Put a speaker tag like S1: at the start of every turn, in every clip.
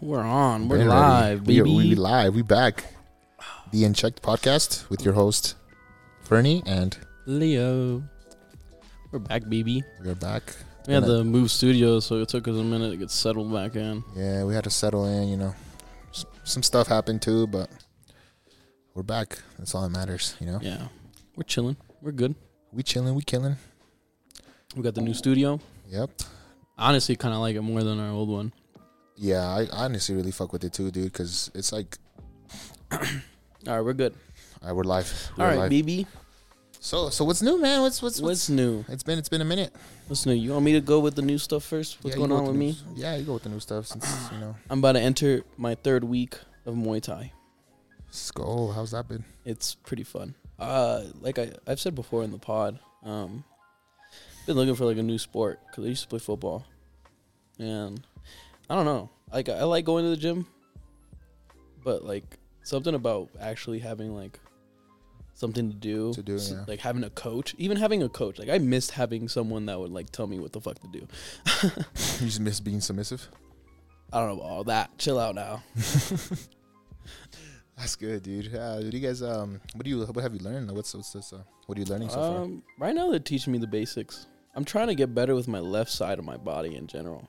S1: We're on. We're
S2: Been ready.
S1: live,
S2: We,
S1: baby.
S2: we, live. We back. The Unchecked podcast with your host, Fernie, and
S1: Leo. We're back, baby.
S2: we're back.
S1: We had
S2: And I-
S1: to move studios, so it took us a minute to get settled back in.
S2: Yeah, we had to settle in. You know, S- some stuff happened too, but we're back. That's all that matters. You know,
S1: Yeah. We're chilling. We're good.
S2: we chilling, we killing.
S1: We got the new studio.
S2: Yep.
S1: Honestly, kind of like it more than our old one.
S2: Yeah, I I honestly really fuck with it too, dude. Cause it's like,
S1: All right, we're good.
S2: all right, we're live. We're
S1: All right,
S2: live.
S1: baby.
S2: So so what's new, man? What's what's
S1: What's
S2: what's?
S1: new?
S2: It's been it's been a minute.
S1: What's new? You want me to go with the new stuff first? What's
S2: Yeah, you
S1: going
S2: go
S1: on
S2: the
S1: with
S2: new
S1: me?
S2: s- Yeah, you go with the new stuff since you know.
S1: I'm about to enter my third week of Muay Thai.
S2: Skull, how's that been?
S1: It's pretty fun. Uh, like I, I've said before in the pod, um, been looking for like a new sport because I used to play football, and I don't know. Like I like going to the gym, but like something about actually having like something to do,
S2: To do,
S1: s-
S2: yeah.
S1: like having a coach, even having a coach. Like I missed having someone that would like tell me what the fuck to do.
S2: You just miss being submissive.
S1: I don't know about all that. Chill out now.
S2: That's good, dude. Uh, do you guys um? What do you? What have you learned? What's what's this? Uh, what are you learning so far?
S1: Um, right now they're teaching me the basics. I'm trying to get better with my left side of my body in general.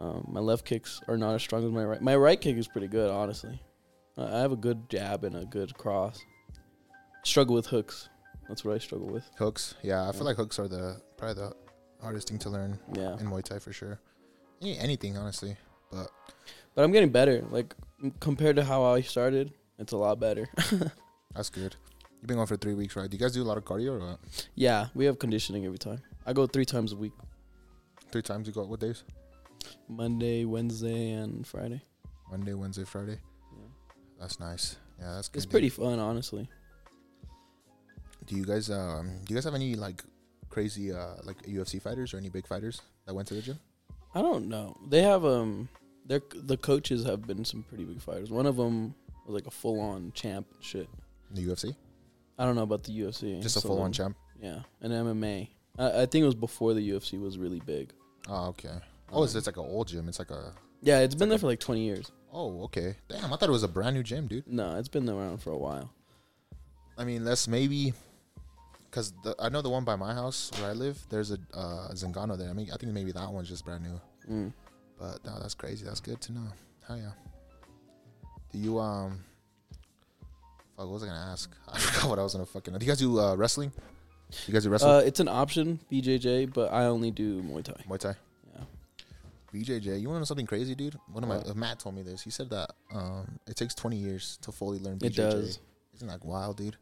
S1: Um, my left kicks are not as strong as my right. My right kick is pretty good, honestly. I I have a good jab and a good cross. Struggle with hooks. That's what I struggle with.
S2: Hooks. Yeah, I feel like hooks are the probably the hardest thing to learn
S1: Yeah,
S2: in Muay Thai for sure. Any, anything, honestly.
S1: but I'm getting better. Like m- compared to how I started, it's a lot better.
S2: That's good. You've been going for three weeks, right? Do you guys do a lot of cardio or what?
S1: yeah, we have conditioning every time. I go three times a week:
S2: Three times you go. What days?
S1: Monday, Wednesday, and Friday.
S2: Monday, Wednesday, Friday.
S1: Yeah.
S2: That's nice. Yeah, that's good.
S1: It's
S2: dude.
S1: pretty fun, honestly.
S2: Do you guys um? Do you guys have any like crazy uh like UFC fighters or any big fighters that went to the gym?
S1: I don't know. They have um, their the coaches have been some pretty big fighters. One of them was like a full on champ and shit.
S2: In the UFC,
S1: I don't know about the UFC.
S2: just a
S1: so
S2: full on
S1: then-
S2: champ.
S1: Yeah, and MMA. I, I think it was before the UFC was really big.
S2: Oh, okay. Oh, it's
S1: Um,
S2: it's like an old gym. It's like a
S1: Yeah, it's been
S2: like
S1: there
S2: a-
S1: for like twenty years.
S2: Oh, okay. Damn, I thought it was a brand new gym, dude.
S1: No, it's been around for a while.
S2: I mean, that's maybe because I know the one by my house where I live. There's a uh, Zingano there. I mean, I think maybe that one's just brand new.
S1: Mm.
S2: But no, that's crazy. That's good to know. Hell yeah. Do you um? Fuck, what was I gonna ask? I forgot what I was gonna fucking. Do you guys do uh, wrestling? You guys do wrestling?
S1: Uh, it's an option BJJ, but I only do Muay Thai.
S2: Muay Thai.
S1: Yeah.
S2: BJJ. You want to know something crazy, dude? One of my
S1: What?
S2: uh, Matt told me this. He said that um, it takes 20 years to fully learn BJJ.
S1: It does.
S2: Isn't that wild, dude?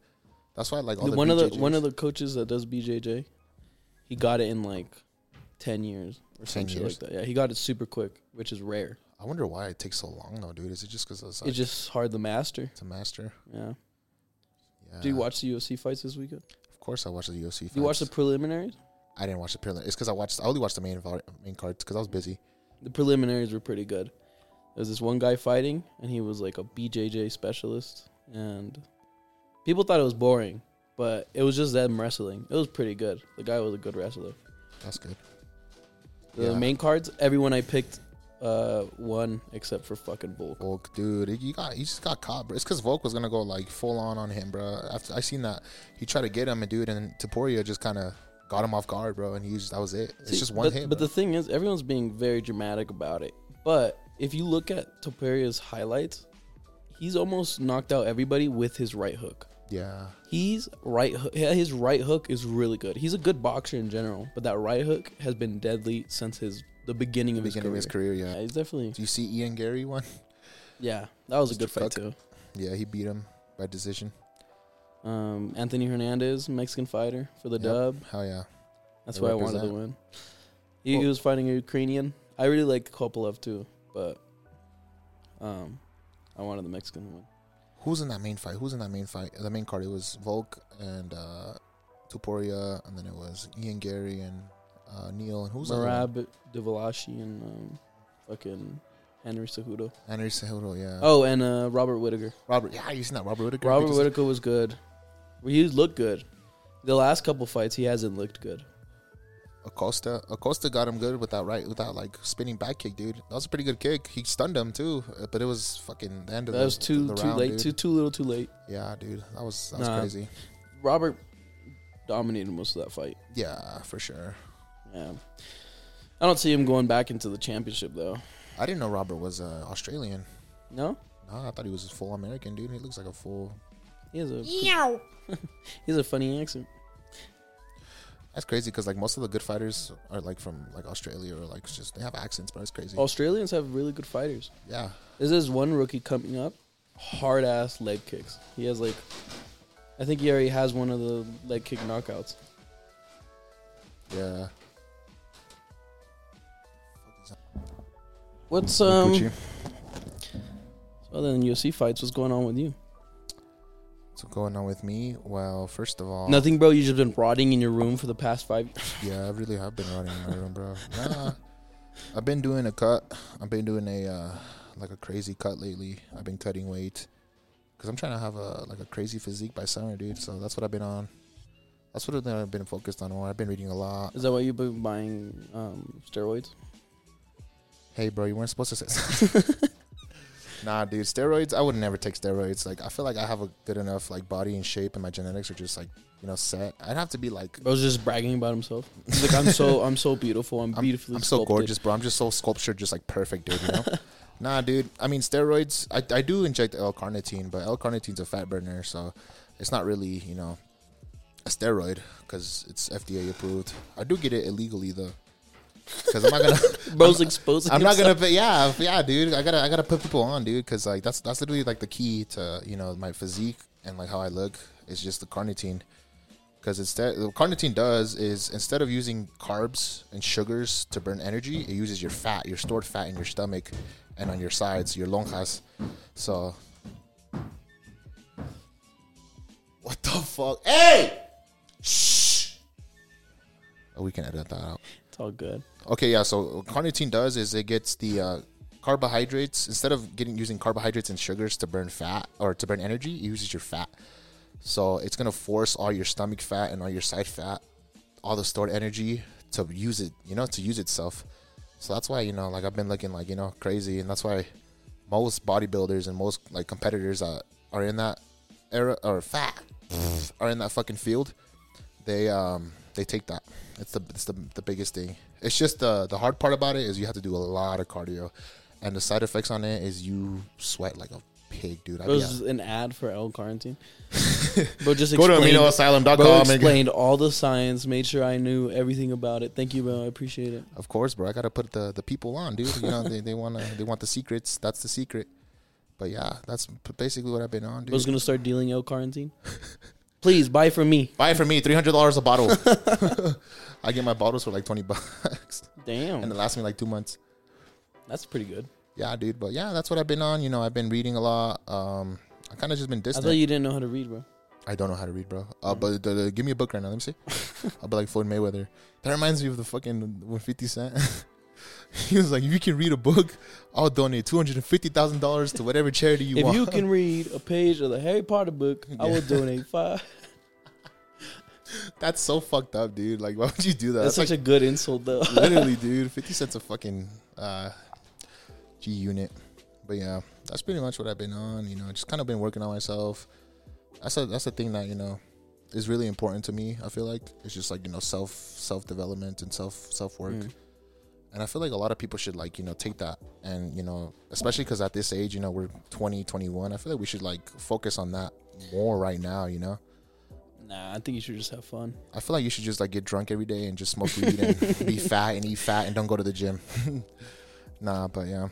S2: That's why like all the
S1: one of the one
S2: BJJs
S1: of the coaches that does BJJ, he got it in like ten years or
S2: 10
S1: something
S2: years?
S1: like that. Yeah, he got it super quick, which is rare.
S2: I wonder why it takes so long though, dude. Is it just because it's, like,
S1: It's just hard to master.
S2: to master?
S1: Yeah.
S2: Yeah.
S1: Do you watch the UFC fights this weekend?
S2: Of course, I watched the UFC. Fights.
S1: You watch the preliminaries?
S2: I didn't watch the prelim. It's because I watched. I only watched the main vo- main cards because I was busy.
S1: The preliminaries were pretty good. There was this one guy fighting, and he was like a BJJ specialist, and people thought it was boring, but it was just them wrestling. It was pretty good. The guy was a good wrestler.
S2: That's good.
S1: The
S2: Yeah.
S1: main cards, everyone I picked uh, won except for fucking Bulk.
S2: Volk, dude, you got you just got caught, bro. It's because Volk was gonna go like full on on him, bro. After I seen that, he tried to get him and dude, and Taporia just kind of got him off guard, bro. And he just that was it. It's
S1: See,
S2: just one
S1: but,
S2: hit.
S1: But the
S2: bro.
S1: thing is, everyone's being very dramatic about it. But if you look at Toperia's highlights, he's almost knocked out everybody with his right hook.
S2: yeah,
S1: He's right hook. His right hook is really good. He's a good boxer in general, but that right hook has been deadly since his the beginning of his
S2: beginning of
S1: career.
S2: his career, yeah.
S1: Yeah, he's definitely
S2: Do you see Ian Gary one?
S1: yeah. That was a
S2: Mr.
S1: good fight too.
S2: Cook. Yeah, he beat him by decision.
S1: Um, Anthony Hernandez, Mexican fighter for the
S2: Yep.
S1: dub.
S2: Hell yeah.
S1: That's
S2: They
S1: why I wanted to
S2: represent.
S1: win. He, he
S2: Well-
S1: was fighting a Ukrainian. I really like Kopolov too, but um, I wanted the Mexican to win.
S2: Who's in that main fight? Who's in that main fight? The main card. It was Volk and uh Tuporia, and then it was Ian Gary and uh Neil. And who's the other one?
S1: Marab Devalashi and um, fucking Henry Cejudo.
S2: Henry Cejudo, yeah.
S1: Oh, and uh, Robert Whitaker.
S2: Robert. Yeah, you seen that Robert Whitaker?
S1: Robert
S2: Because
S1: Whitaker was good. Well, He looked good. The last couple fights, he hasn't looked good.
S2: Acosta. Acosta got him good with that right, with that like spinning back kick, dude. That was a pretty good kick. He stunned him too, uh, but it was fucking the end of
S1: That
S2: the,
S1: was too
S2: the
S1: too
S2: round,
S1: late,
S2: dude.
S1: too too little, too late.
S2: Yeah, dude, that was that was
S1: Nah.
S2: crazy.
S1: Robert dominated most of that fight.
S2: Yeah, for sure.
S1: Yeah, I don't see him going back into the championship though.
S2: I didn't know Robert was uh, Australian.
S1: No,
S2: Nah, I thought he was a full American, dude. He looks like a full.
S1: he has a yeah. he has a funny accent.
S2: That's crazy because like most of the good fighters are like from like Australia or like just they have accents, but it's crazy.
S1: Australians have really good fighters.
S2: Yeah,
S1: There's this one rookie coming up, hard ass leg kicks. He has like, I think he already has one of the leg kick knockouts.
S2: yeah.
S1: What's um?
S2: Gucci.
S1: so other than UFC fights, what's going on with you?
S2: What's going on with me? Well, first of all,
S1: Nothing, bro. You just been rotting in your room for the past five.
S2: Yeah, I really have been running in my room, bro. Nah, I've been doing a cut. I've been doing a uh, like a crazy cut lately. I've been cutting weight because I'm trying to have a like a crazy physique by summer, dude. So that's what I've been on. That's what I've been focused on. More. I've been reading a lot.
S1: Is that why you've been buying um, steroids?
S2: Hey, bro, you weren't supposed to say. nah, dude, steroids. I would never take steroids. Like, I feel like I have a good enough like body and shape, and my genetics are just like you know set. I'd have to be like
S1: I was just bragging about himself. He's like, I'm so, I'm so beautiful. I'm
S2: I'm-
S1: beautifully.
S2: I'm so
S1: sculpted."
S2: gorgeous, bro. I'm just so sculptured, just like perfect, dude. You know? nah, dude. I mean, steroids. I, I do inject L-carnitine, but L-carnitine's a fat burner, so it's not really you know a steroid because it's FDA approved. I do get it illegally though, because I'm not gonna.
S1: Bro's exposing.
S2: I'm not
S1: himself.
S2: gonna pay. Yeah, f- yeah, dude. I gotta, I gotta put people on, dude, because like that's that's literally like the key to you know my physique and like how I look is just the carnitine. Because instead, what carnitine does is instead of using carbs and sugars to burn energy, it uses your fat, your stored fat in your stomach, and on your sides, your lonjas. So, what the fuck? Hey, shh. Oh, we can edit that out.
S1: It's all good.
S2: Okay, yeah. So what carnitine does is it gets the uh, carbohydrates instead of getting using carbohydrates and sugars to burn fat or to burn energy, it uses your fat. So it's gonna force all your stomach fat and all your side fat, all the stored energy to use it. You know, to use itself. So that's why you know, like I've been looking like you know crazy, and that's why most bodybuilders and most like competitors that are in that era or fat are in that fucking field they um they take that. It's the it's the, the biggest thing. It's just the the hard part about it is you have to do a lot of cardio, and the side effects on it is you sweat like a pig, dude. I
S1: It was an ad for L carnitine. But just
S2: Go to
S1: explained- Bro
S2: aminoasylum.com. And,
S1: explained all the science, made sure I knew everything about it. Thank you, bro. I appreciate it.
S2: of course, bro. I gotta put the, the people on, dude. You know they, they wanna they want the secrets. That's the secret. But yeah, that's p- basically what I've been on,
S1: I was
S2: dude.
S1: gonna start dealing L carnitine. Please buy from me.
S2: Buy it for me, three hundred dollars a bottle. I get my bottles for like twenty bucks, and
S1: Damn,
S2: it lasts me like two months.
S1: that's pretty good.
S2: yeah, dude. But yeah, that's what I've been on. You know, I've been reading a lot. Um, I kind of just been
S1: I
S2: distant.
S1: thought you didn't know how to read, bro.
S2: I don't know how to read, bro.
S1: Mm-hmm.
S2: Uh, but uh, give me a book right now. Let me see. I'll be like Floyd Mayweather. That reminds me of the fucking when Fifty Cent. he was like, "If you can read a book, I'll donate two hundred and fifty thousand dollars to whatever charity you
S1: if
S2: want."
S1: you can read a page of the Harry Potter book, I will donate five.
S2: That's so fucked up, dude. Like, why would you do that?
S1: That's,
S2: That's,
S1: such a good insult, though.
S2: like literally, dude. Fifty Cent's a fucking uh, G unit. But yeah, that's pretty much what I've been on. You know, just kind of been working on myself. That's a that's a thing that you know is really important to me. I feel like it's just like you know self self development and self self work.
S1: Mm.
S2: And I feel like a lot of people should like you know take that and you know especially because at this age you know we're 20 21 I feel like we should like focus on that more right now you know
S1: Nah, I think you should just have fun.
S2: I feel like you should just like get drunk every day and just smoke weed and be fat and eat fat and don't go to the gym nah but yeah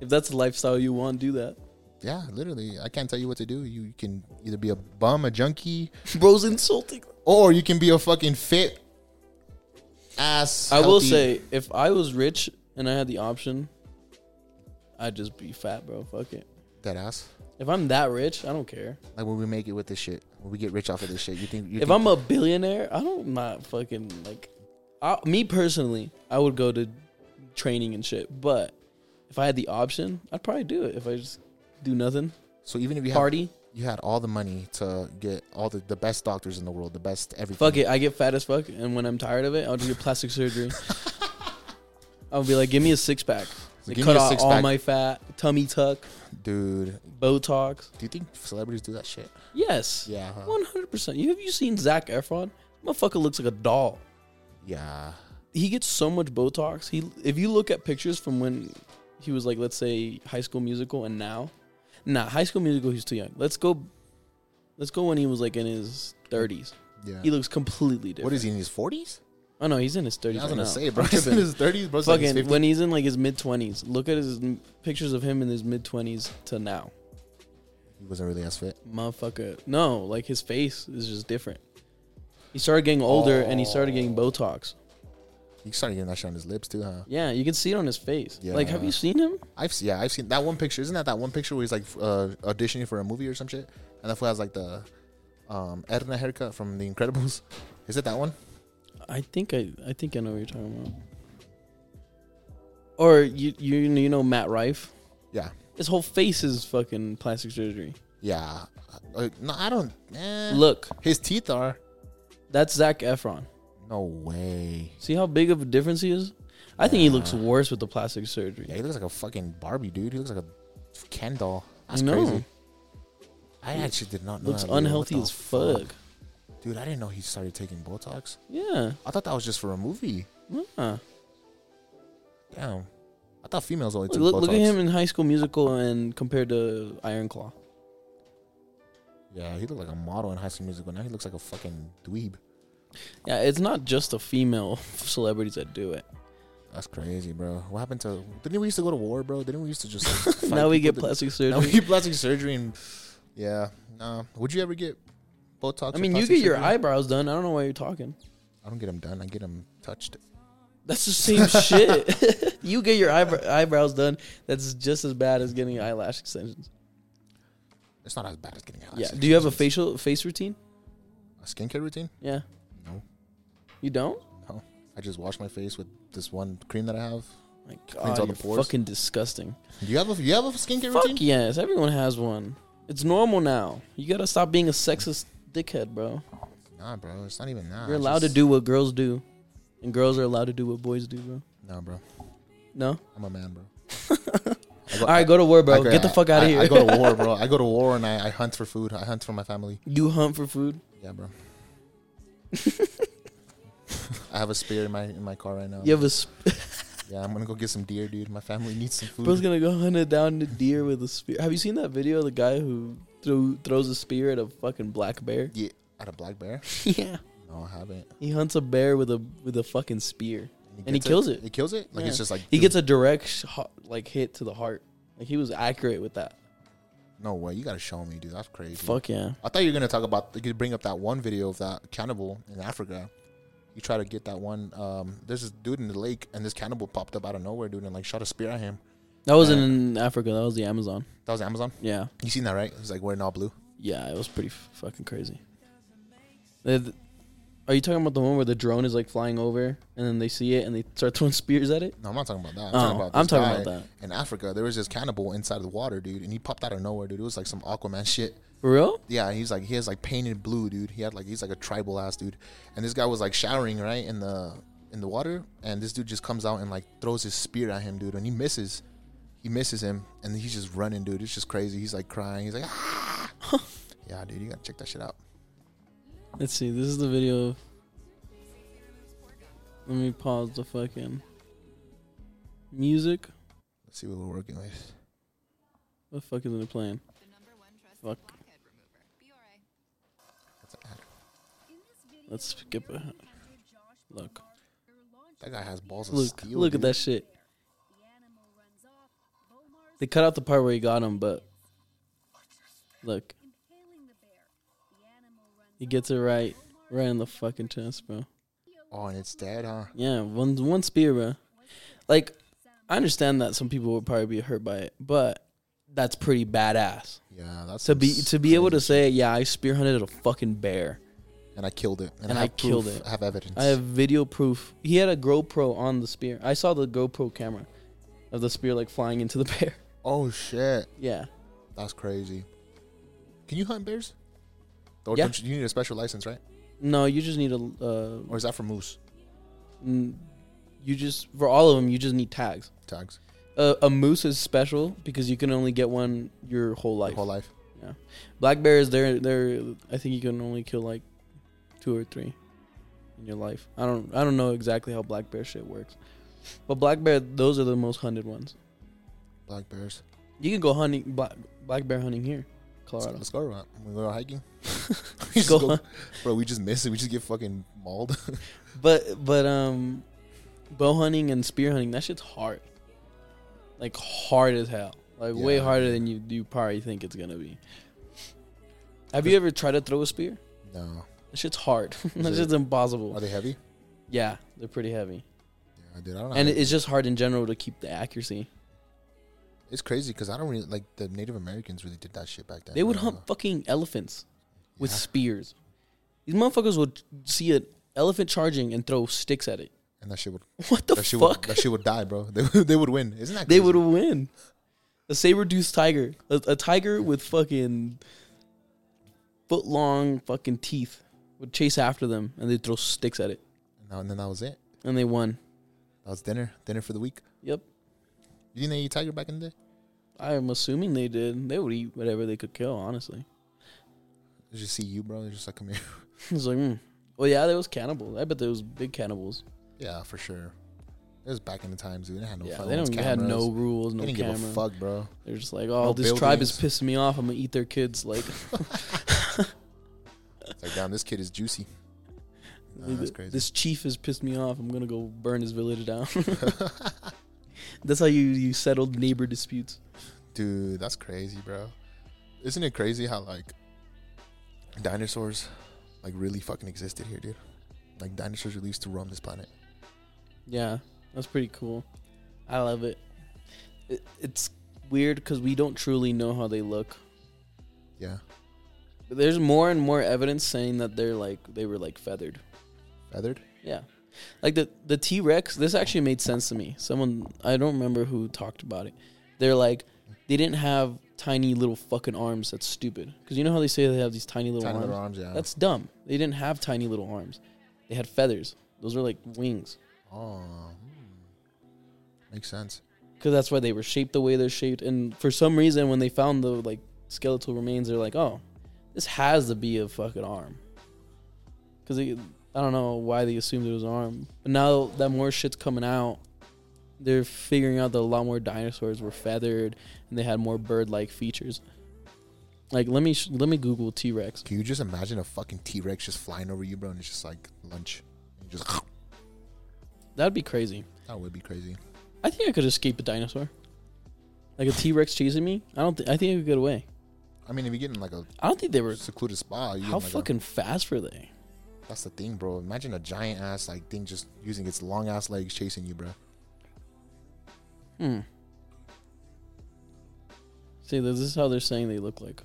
S1: If that's the lifestyle you want, do that.
S2: Yeah, literally. I can't tell you what to do. You can either be a bum, a junkie,
S1: Bro's insulting.
S2: or you can be a fucking fit ass.
S1: I will
S2: healthy-
S1: say, if I was rich and I had the option, I'd just be fat, bro. Fuck it.
S2: that ass.
S1: If I'm that rich, I don't care.
S2: Like when we make it with this shit, when we get rich off of this shit, you think you
S1: If
S2: think-
S1: I'm a billionaire, I don't not fucking like. I, me personally, I would go to training and shit. But if I had the option, I'd probably do it. If I just do nothing,
S2: so even if you have
S1: party,
S2: you had all the money to get all the, the best doctors in the world, the best everything.
S1: Fuck it, I get fat as fuck, and when I'm tired of it, I'll just get plastic surgery. I'll be like, give me a six pack.
S2: So
S1: Like,
S2: give me
S1: cut
S2: a
S1: out
S2: six
S1: all
S2: pack.
S1: my fat, tummy tuck,
S2: Dude,
S1: Botox.
S2: do you think celebrities do that shit?
S1: Yes,
S2: Yeah. huh?
S1: one hundred percent. You have you seen Zach Efron? Motherfucker looks like a doll.
S2: Yeah.
S1: He gets so much Botox. He, if you look at pictures from when he was like, let's say High School Musical, and now, nah, High School Musical, he's too young. Let's go, let's go when he was like in his thirties.
S2: Yeah.
S1: He looks completely different.
S2: what is he in his 40s?
S1: Oh no, he's in his
S2: I
S1: thirties.
S2: was
S1: right
S2: gonna
S1: now.
S2: say, bro.
S1: I'm
S2: He's in
S1: tripping.
S2: his 30s, bro. He's in his
S1: fucking
S2: 50s.
S1: when he's in like his mid twenties. Look at his m- pictures of him in his mid twenties to now,
S2: he wasn't really as fit.
S1: motherfucker. No, like his face is just different. He started getting older and he started getting
S2: Oh.
S1: Botox.
S2: He started getting that shit on his lips too, huh?
S1: Yeah, you can see it on his face. Like, have
S2: Yeah.
S1: you seen him?
S2: I've se- yeah, I've seen that one picture. Isn't that that one picture where he's like f- uh, auditioning for a movie or some shit? And that fool has like the um, Edna haircut from The Incredibles. Is it that one?
S1: I think I, I think I know what you're talking about. Or you, you, you know Matt Rife.
S2: Yeah,
S1: His whole face is fucking plastic surgery.
S2: yeah. Uh, no, I don't. Eh.
S1: Look,
S2: his teeth are.
S1: that's Zach Efron.
S2: No way.
S1: See how big of a difference he is? I think he looks worse with the plastic surgery.
S2: Yeah, he looks like a fucking Barbie dude. He looks like a Ken doll. That's
S1: No.
S2: crazy. I actually did not know.
S1: Looks
S2: that, dude. What
S1: unhealthy
S2: the
S1: as fuck.
S2: dude. I didn't know he started taking Botox.
S1: Yeah.
S2: I thought that was just for a movie.
S1: Nah.
S2: Damn, I thought females only took
S1: Look,
S2: Botox.
S1: look at him in High School Musical and compared to Iron Claw.
S2: Yeah, he looked like a model in High School Musical. Now he looks like a fucking dweeb.
S1: Yeah, it's not just the female celebrities that do it.
S2: That's crazy, bro. What happened to? Didn't we used to go to war, bro? Didn't we used to just? like, fight
S1: now we
S2: people
S1: get
S2: that-
S1: plastic
S2: Now
S1: surgery.
S2: we get plastic surgery and. Yeah, nah. Would you ever get Botox?
S1: I
S2: or
S1: mean, you
S2: plastic
S1: get your
S2: surgery?
S1: eyebrows done. I don't know why you're talking.
S2: I don't get them done. I get them touched.
S1: That's the same shit. you get your eyebrow- eyebrows done. That's just as bad as getting eyelash extensions.
S2: It's not as bad as getting eyelash.
S1: Yeah. Do you have a
S2: extensions.
S1: facial face routine?
S2: A skincare routine?
S1: Yeah.
S2: No,
S1: You don't?
S2: no. I just wash my face with this one cream that I have.
S1: My
S2: all
S1: God,
S2: the
S1: you're
S2: pores.
S1: fucking disgusting.
S2: Do you have a? You have a skincare
S1: Fuck
S2: routine?
S1: yes, everyone has one. It's normal now. You gotta stop being a sexist dickhead, bro.
S2: Nah, bro. Ah, It's not even that.
S1: You're
S2: I
S1: allowed
S2: just-
S1: to do what girls do, and girls are allowed to do what boys do, bro.
S2: Nah, bro.
S1: No.
S2: I'm a man, bro.
S1: All right, go to war, bro.
S2: I go-
S1: Get the
S2: I-
S1: fuck out
S2: I-
S1: of here.
S2: I go to war, bro. I go to war and I, I hunt for food. I hunt for my family.
S1: you hunt for food.
S2: Yeah, bro. I have a spear in my in my car right now.
S1: You have a sp-
S2: Yeah, I'm gonna go get some deer, dude. My family needs some food.
S1: bro's gonna go hunt down the deer with a spear. Have you seen that video of the guy who threw, throws a spear at a fucking black bear?
S2: yeah, at a black bear?
S1: yeah.
S2: No, I haven't.
S1: He hunts a bear with a with a fucking spear. And he
S2: gets
S1: kills it.
S2: He kills it. Like it's
S1: Yeah.
S2: just like
S1: He
S2: dude,
S1: gets a direct sh- ho- like hit to the heart. Like he was accurate with that.
S2: No way. You gotta show me, dude. That's crazy.
S1: Fuck yeah.
S2: I thought you were gonna talk about. You could bring up that one video of that cannibal in Africa. You try to get that one. Um, there's this dude in the lake, and this cannibal popped up out of nowhere, dude, and like shot a spear at him.
S1: That wasn't in Africa. That was the Amazon.
S2: That was Amazon.
S1: Yeah,
S2: You seen that, right? He's like wearing all blue.
S1: yeah. It was pretty f- fucking crazy. They- th- Are you talking about the one where the drone is like flying over and then they see it and they start throwing spears at it?
S2: No, I'm not talking about that. I'm
S1: Oh,
S2: talking about
S1: I'm
S2: this
S1: talking about
S2: guy
S1: that.
S2: In Africa, there was this cannibal inside of the water, dude, and he popped out of nowhere, dude. It was like some Aquaman shit.
S1: For real?
S2: Yeah, he's like he has like painted blue, dude. He had like he's like a tribal ass dude. And this guy was like showering right in the in the water, and this dude just comes out and like throws his spear at him, dude, and he misses. He misses him, and he's just running, dude. It's just crazy. He's like crying. He's like, ah. yeah, dude, you gotta check that shit out.
S1: Let's see. This is the video. Let me pause the fucking music.
S2: Let's see what we're working with.
S1: What the fuck is it playing?
S3: the number one trusted
S1: Fuck.
S3: blockhead remover. BRA.
S2: That's an ad.
S1: Let's skip ahead. Look,
S2: That guy has balls of
S1: look,
S2: steel.
S1: look at
S2: dude.
S1: that shit. They cut out the part where he got him, but look, he gets it right, right in the fucking chest, bro.
S2: Oh, and it's dead, huh?
S1: Yeah, one one spear, bro. Like, I understand that some people would probably be hurt by it, but that's pretty badass
S2: Yeah, that's
S1: to be
S2: some
S1: to be able to
S2: crazy
S1: say, yeah, I spear hunted a fucking bear.
S2: and I killed it.
S1: And I
S2: have
S1: killed
S2: proof.
S1: it.
S2: I have evidence.
S1: I have video proof. He had a GoPro on the spear. I saw the GoPro camera of the spear like flying into the bear.
S2: Oh shit,
S1: Yeah,
S2: that's crazy. Can you hunt bears? Or
S1: Yeah.
S2: don't you, you need a special license, right?
S1: No, you just need a. Uh,
S2: Or is that for moose
S1: n- you just for all of them, you just need tags.
S2: tags?
S1: Uh, a moose is special because you can only get one your whole
S2: Your
S1: life.
S2: whole life.
S1: Black bears, they're they're. I think you can only kill like two or three in your life. I don't I don't know exactly how black bear shit works, but black bear those are the most hunted ones.
S2: Black bears.
S1: You can go hunting black, black bear hunting here,
S2: Let's,
S1: Colorado.
S2: let's go. Right? We go hiking. We just
S1: Go
S2: go-
S1: hunt.
S2: bro, we just miss it. We just get fucking mauled.
S1: But but um, bow hunting and spear hunting that shit's hard, like hard as hell, like way
S2: Yeah.
S1: harder than you you probably think it's gonna be. Have you ever tried to throw a spear?
S2: no.
S1: That shit's hard. that
S2: it-
S1: shit's impossible.
S2: Are they heavy?
S1: Yeah, they're pretty heavy,
S2: Yeah, dude. I don't know.
S1: and it's just hard in general to keep the accuracy.
S2: it's crazy because I don't really like the Native Americans really did that shit back then.
S1: They would
S2: I don't
S1: hunt
S2: know.
S1: fucking elephants with
S2: Uh-huh. Yeah.
S1: spears. These motherfuckers would see an elephant charging and throw sticks at it.
S2: and that shit would
S1: What the
S2: that shit
S1: fuck?
S2: would that shit would die, bro. They would, they would win. Isn't that
S1: they
S2: crazy?
S1: would win. A saber tooth tiger, a, a tiger with fucking foot long fucking teeth would chase after them, and they throw sticks at it,
S2: No, and then that was it.
S1: and they won.
S2: That was dinner. Dinner for the week.
S1: Yep,
S2: You think they eat tiger back in the day?
S1: I'm assuming they did. They would eat whatever they could kill, honestly.
S2: They just see you, bro. They're just like, come here.
S1: It's like, mm. well, yeah, there was cannibals. I bet there was big cannibals.
S2: Yeah, for sure. It was back in the times, dude. They had no
S1: yeah,
S2: fucking
S1: they don't
S2: cameras.
S1: had no rules,
S2: They
S1: no
S2: didn't give a
S1: camera.
S2: fuck, bro.
S1: They're just like, oh,
S2: No
S1: this tribe is
S2: buildings.
S1: pissing me off. I'm gonna eat their kids. Like,
S2: It's like, damn, this kid is juicy. Nah, that's crazy.
S1: This chief has pissed me off. I'm gonna go burn his village down. that's how you you settled neighbor disputes.
S2: Dude, that's crazy, bro. Isn't it crazy how like dinosaurs like really fucking existed here, dude? Like dinosaurs really used to roam this planet.
S1: Yeah, that's pretty cool. I love it. it it's weird because we don't truly know how they look.
S2: Yeah.
S1: But there's more and more evidence saying that they're like they were like feathered.
S2: Feathered?
S1: Yeah. Like the the T Rex, this actually made sense to me. Someone I don't remember who talked about it. They're like they didn't have tiny little fucking arms. That's stupid. Because you know how they say they have these tiny little
S2: Tiny
S1: arms.
S2: little arms, yeah.
S1: That's dumb. They didn't have tiny little arms. They had feathers. Those were like wings.
S2: oh hmm. makes sense.
S1: Because that's why they were shaped the way they're shaped. And for some reason, when they found the like skeletal remains, they're like, oh, this has to be a fucking arm. Because I don't know why they assumed it was an arm. But now that more shit's coming out, they're figuring out that a lot more dinosaurs were feathered and they had more bird-like features. Like let me sh- let me Google T Rex.
S2: Can you just imagine a fucking T Rex just flying over you, bro, and it's just like lunch? You just
S1: That'd be crazy.
S2: that would be crazy.
S1: I think I could escape a dinosaur. Like a T Rex chasing me. I don't. Th- I think I could get away.
S2: I mean, if you get in like a
S1: I don't think they were.
S2: secluded spa, you
S1: How
S2: like a-
S1: fucking fast were they?
S2: that's the thing, bro. Imagine a giant ass like thing just using its long ass legs chasing you, bro.
S1: Hmm. See, this is how they're saying they look like.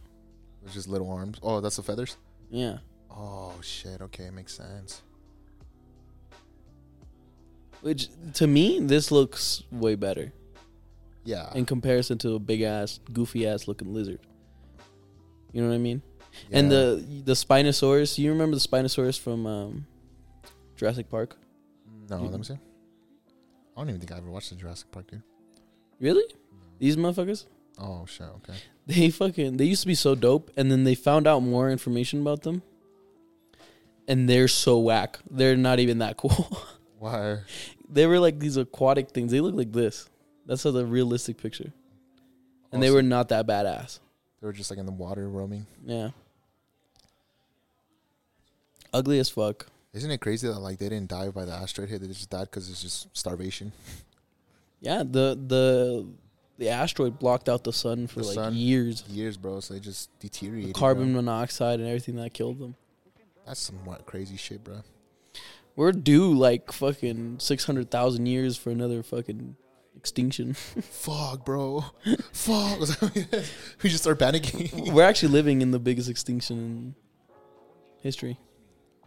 S2: It's just little arms. Oh, that's the feathers.
S1: Yeah.
S2: Oh shit. Okay, makes sense.
S1: Which to me, this looks way better
S2: Yeah.
S1: in comparison to a big ass, goofy ass looking lizard. You know what I mean? And
S2: yeah.
S1: the the Spinosaurus. You remember the Spinosaurus from um, Jurassic Park?
S2: no, let me see. I don't even think I ever watched the Jurassic Park, dude.
S1: Really? These motherfuckers?
S2: Oh shit. Okay.
S1: they fucking they used to be so dope and then they found out more information about them and they're so whack they're not even that cool
S2: Why?
S1: they were like these aquatic things they look like this that's a realistic picture and they were not that badass
S2: They were just like in the water roaming.
S1: yeah ugly as fuck
S2: Isn't it crazy that like they didn't die by the asteroid hit? They just died because it's just starvation.
S1: yeah the the the asteroid blocked out the sun for
S2: The
S1: like
S2: sun.
S1: years
S2: Years, bro. So they just deteriorated.
S1: carbon
S2: bro.
S1: monoxide and everything that killed them
S2: That's some wa- crazy shit, bro.
S1: we're due like fucking 600000 years for another fucking extinction
S2: Fuck, bro. Fuck. we just start panicking.
S1: We're actually living in the biggest extinction in history.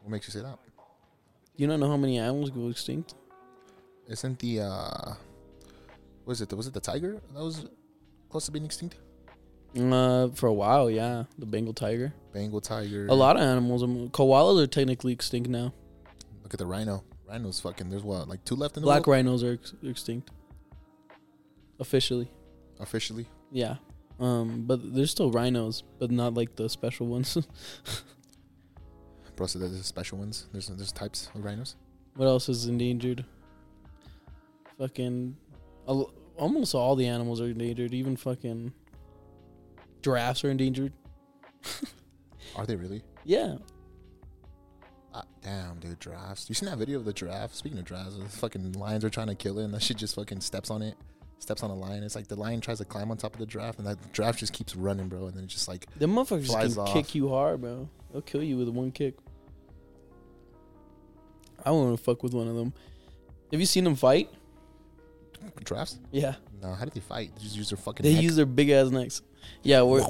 S2: what makes you say that?
S1: You don't know how many animals go extinct?
S2: Isn't the uh, what is it? Was it the tiger that was close to being extinct?
S1: Uh, for a while, yeah, the Bengal tiger.
S2: Bengal tiger.
S1: A lot of animals. I mean, koalas are technically extinct now.
S2: Look at the rhino. Rhino's fucking. There's what, like two left in the
S1: Black
S2: world
S1: rhinos are ex- extinct officially.
S2: officially.
S1: Yeah. Um, but there's still rhinos, but not like the special ones.
S2: Bro, so there's special ones. There's there's types of rhinos.
S1: what else is endangered? Fucking, al- almost all the animals are endangered. Even fucking giraffes are endangered.
S2: Are they really?
S1: Yeah.
S2: Ah, damn, dude, giraffes. You seen that video of the giraffe? Speaking of giraffes, the fucking lions are trying to kill it, and that shit just fucking steps on it, steps on a lion. It's like the lion tries to climb on top of the giraffe, and that giraffe just keeps running, bro. And then it just like
S1: Them motherfuckers
S2: Flies
S1: can
S2: off.
S1: kick you hard, bro. They'll kill you with one kick. I want to fuck with one of them. Have you seen them fight?
S2: giraffes.
S1: Yeah.
S2: No, how did they fight? They just use their fucking.
S1: They
S2: neck.
S1: use their big ass necks. Yeah, we're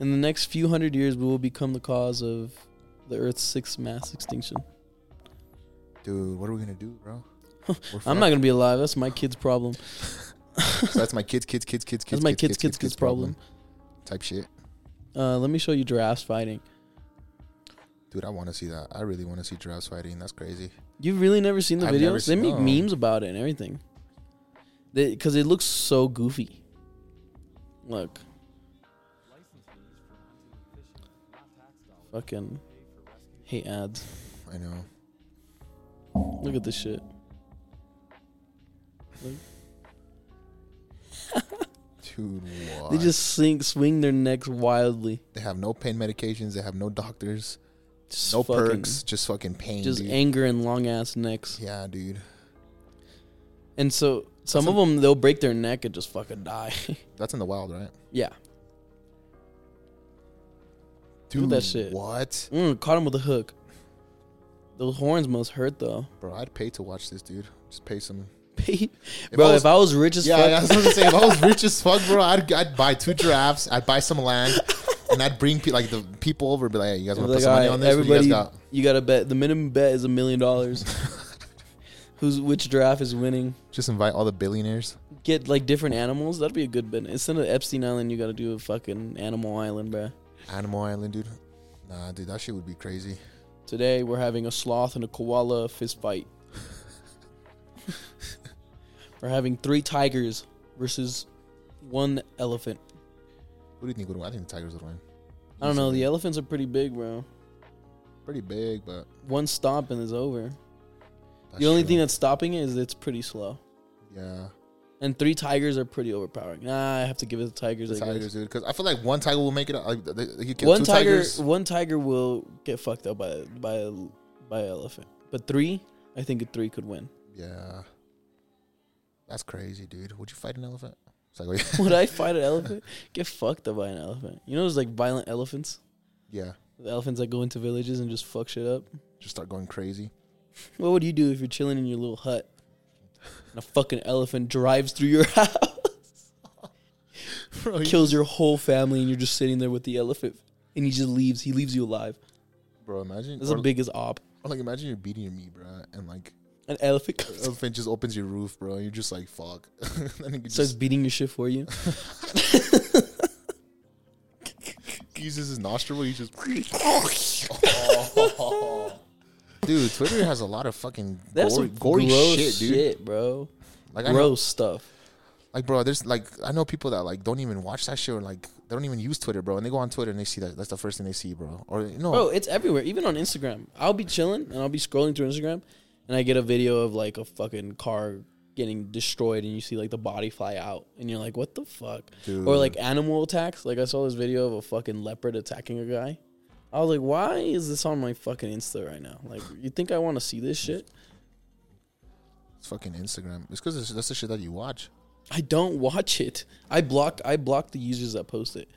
S1: in the next few hundred years we will become the cause of the Earth's sixth mass extinction.
S2: dude. What are we gonna do, bro? We're
S1: I'm
S2: fucked.
S1: not gonna be alive. That's my kid's problem.
S2: So that's my kids, kids, kids, kids, kids.
S1: That's my kids, kids, kids' problem.
S2: Type shit,
S1: Uh, let me show you giraffes fighting.
S2: dude. I want to see that. I really want to see giraffes fighting. That's crazy.
S1: You've really never seen the
S2: I've never
S1: videos? They
S2: seen-
S1: make
S2: no.
S1: memes about it and everything. Because it looks so goofy. Look. Fucking hate ads.
S2: I know.
S1: Look at this shit. Look.
S2: Dude, what?
S1: They just sink, swing their necks wildly.
S2: they have no pain medications. They have no doctors,
S1: Just
S2: no
S1: fucking-
S2: perks, just fucking pain.
S1: Just
S2: dude.
S1: anger and long ass necks.
S2: yeah, dude.
S1: And so some of
S2: That's
S1: them, they'll break their neck and just fucking die.
S2: That's in the wild, right?
S1: yeah.
S2: Dude,
S1: Look at that shit.
S2: What,
S1: Mm, caught him with a hook. Those horns must hurt though.
S2: bro? I'd pay to watch this, dude. Just pay some.
S1: Bro,
S2: I
S1: if I,
S2: was-
S1: was rich as
S2: Yeah,
S1: fuck,
S2: I was gonna say if I was rich as fuck, bro, I'd, I'd buy two giraffes, I'd buy some land, and I'd bring pe- like the people over, and be like, hey, you guys
S1: I'd be
S2: want
S1: like,
S2: to put some money
S1: "Alright,
S2: on this? What do
S1: everybody,
S2: you guys got?
S1: you gotta bet. The minimum bet is a million dollars. Who's which giraffe is winning?
S2: Just invite all the billionaires.
S1: Get like different animals. That'd be a good bet. Instead of Epstein Island, you gotta do a fucking Animal Island, bruh.
S2: Animal Island, dude. Nah, dude, that shit would be crazy.
S1: Today we're having a sloth and a koala fist fight. we're having three tigers versus one elephant.
S2: What do you think would win? I think the Tigers would win.
S1: I don't know. The
S2: Easily.
S1: elephants are pretty big, bro.
S2: pretty big, but
S1: One stomp and it's over.
S2: that's
S1: the only
S2: true.
S1: thing that's stopping it is it's pretty slow.
S2: yeah,
S1: And three tigers are pretty overpowering. Nah, I have to give it to tigers.
S2: the
S1: I guess.
S2: Tigers, dude. Because I feel like one Tiger will make it. out. Like th- th- you kill
S1: One
S2: two
S1: tiger,
S2: Tigers.
S1: one tiger will get fucked up by by by an elephant. But three, I think three could win.
S2: Yeah, that's crazy, dude. Would you fight an elephant? It's like, wait,
S1: Would I fight an elephant? Get fucked up by an elephant. You know, there's like violent elephants.
S2: yeah,
S1: The elephants that go into villages and just fuck shit up.
S2: just start going crazy.
S1: What would you do if you're chilling in your little hut and a fucking elephant drives through your house,
S2: Bro, you-
S1: kills your whole family, and you're just sitting there with the elephant, and he just leaves. He leaves you alive.
S2: bro, imagine.
S1: That's the
S2: or-
S1: biggest op.
S2: or, like, imagine you're beating your meat, bro, and like
S1: An elephant
S2: an
S1: comes,
S2: elephant just opens your roof, bro. And you're just like, fuck. and it
S1: starts
S2: just
S1: beating your shit for you.
S2: uses his nostril. He just. Dude, Twitter has a lot of fucking
S1: That's
S2: gory,
S1: some
S2: gory
S1: gross
S2: shit, dude.
S1: bro.
S2: Like I know-
S1: Gross stuff.
S2: Like, bro, there's like I know people that like don't even watch that shit or like they don't even use Twitter, bro. And they go on Twitter and they see that that's the first thing they see, bro. Or no,
S1: Bro, it's everywhere, even on Instagram. I'll be chilling and I'll be scrolling through Instagram and I get a video of like a fucking car getting destroyed and you see like the body fly out and you're like, what the fuck?
S2: Dude.
S1: Or like animal attacks. Like I saw this video of a fucking leopard attacking a guy. I was like, why is this on my fucking Insta right now? Like, you think I want to see this shit?
S2: it's fucking Instagram. It's because that's the shit that you watch.
S1: I don't watch it. I blocked. I blocked the users that post it.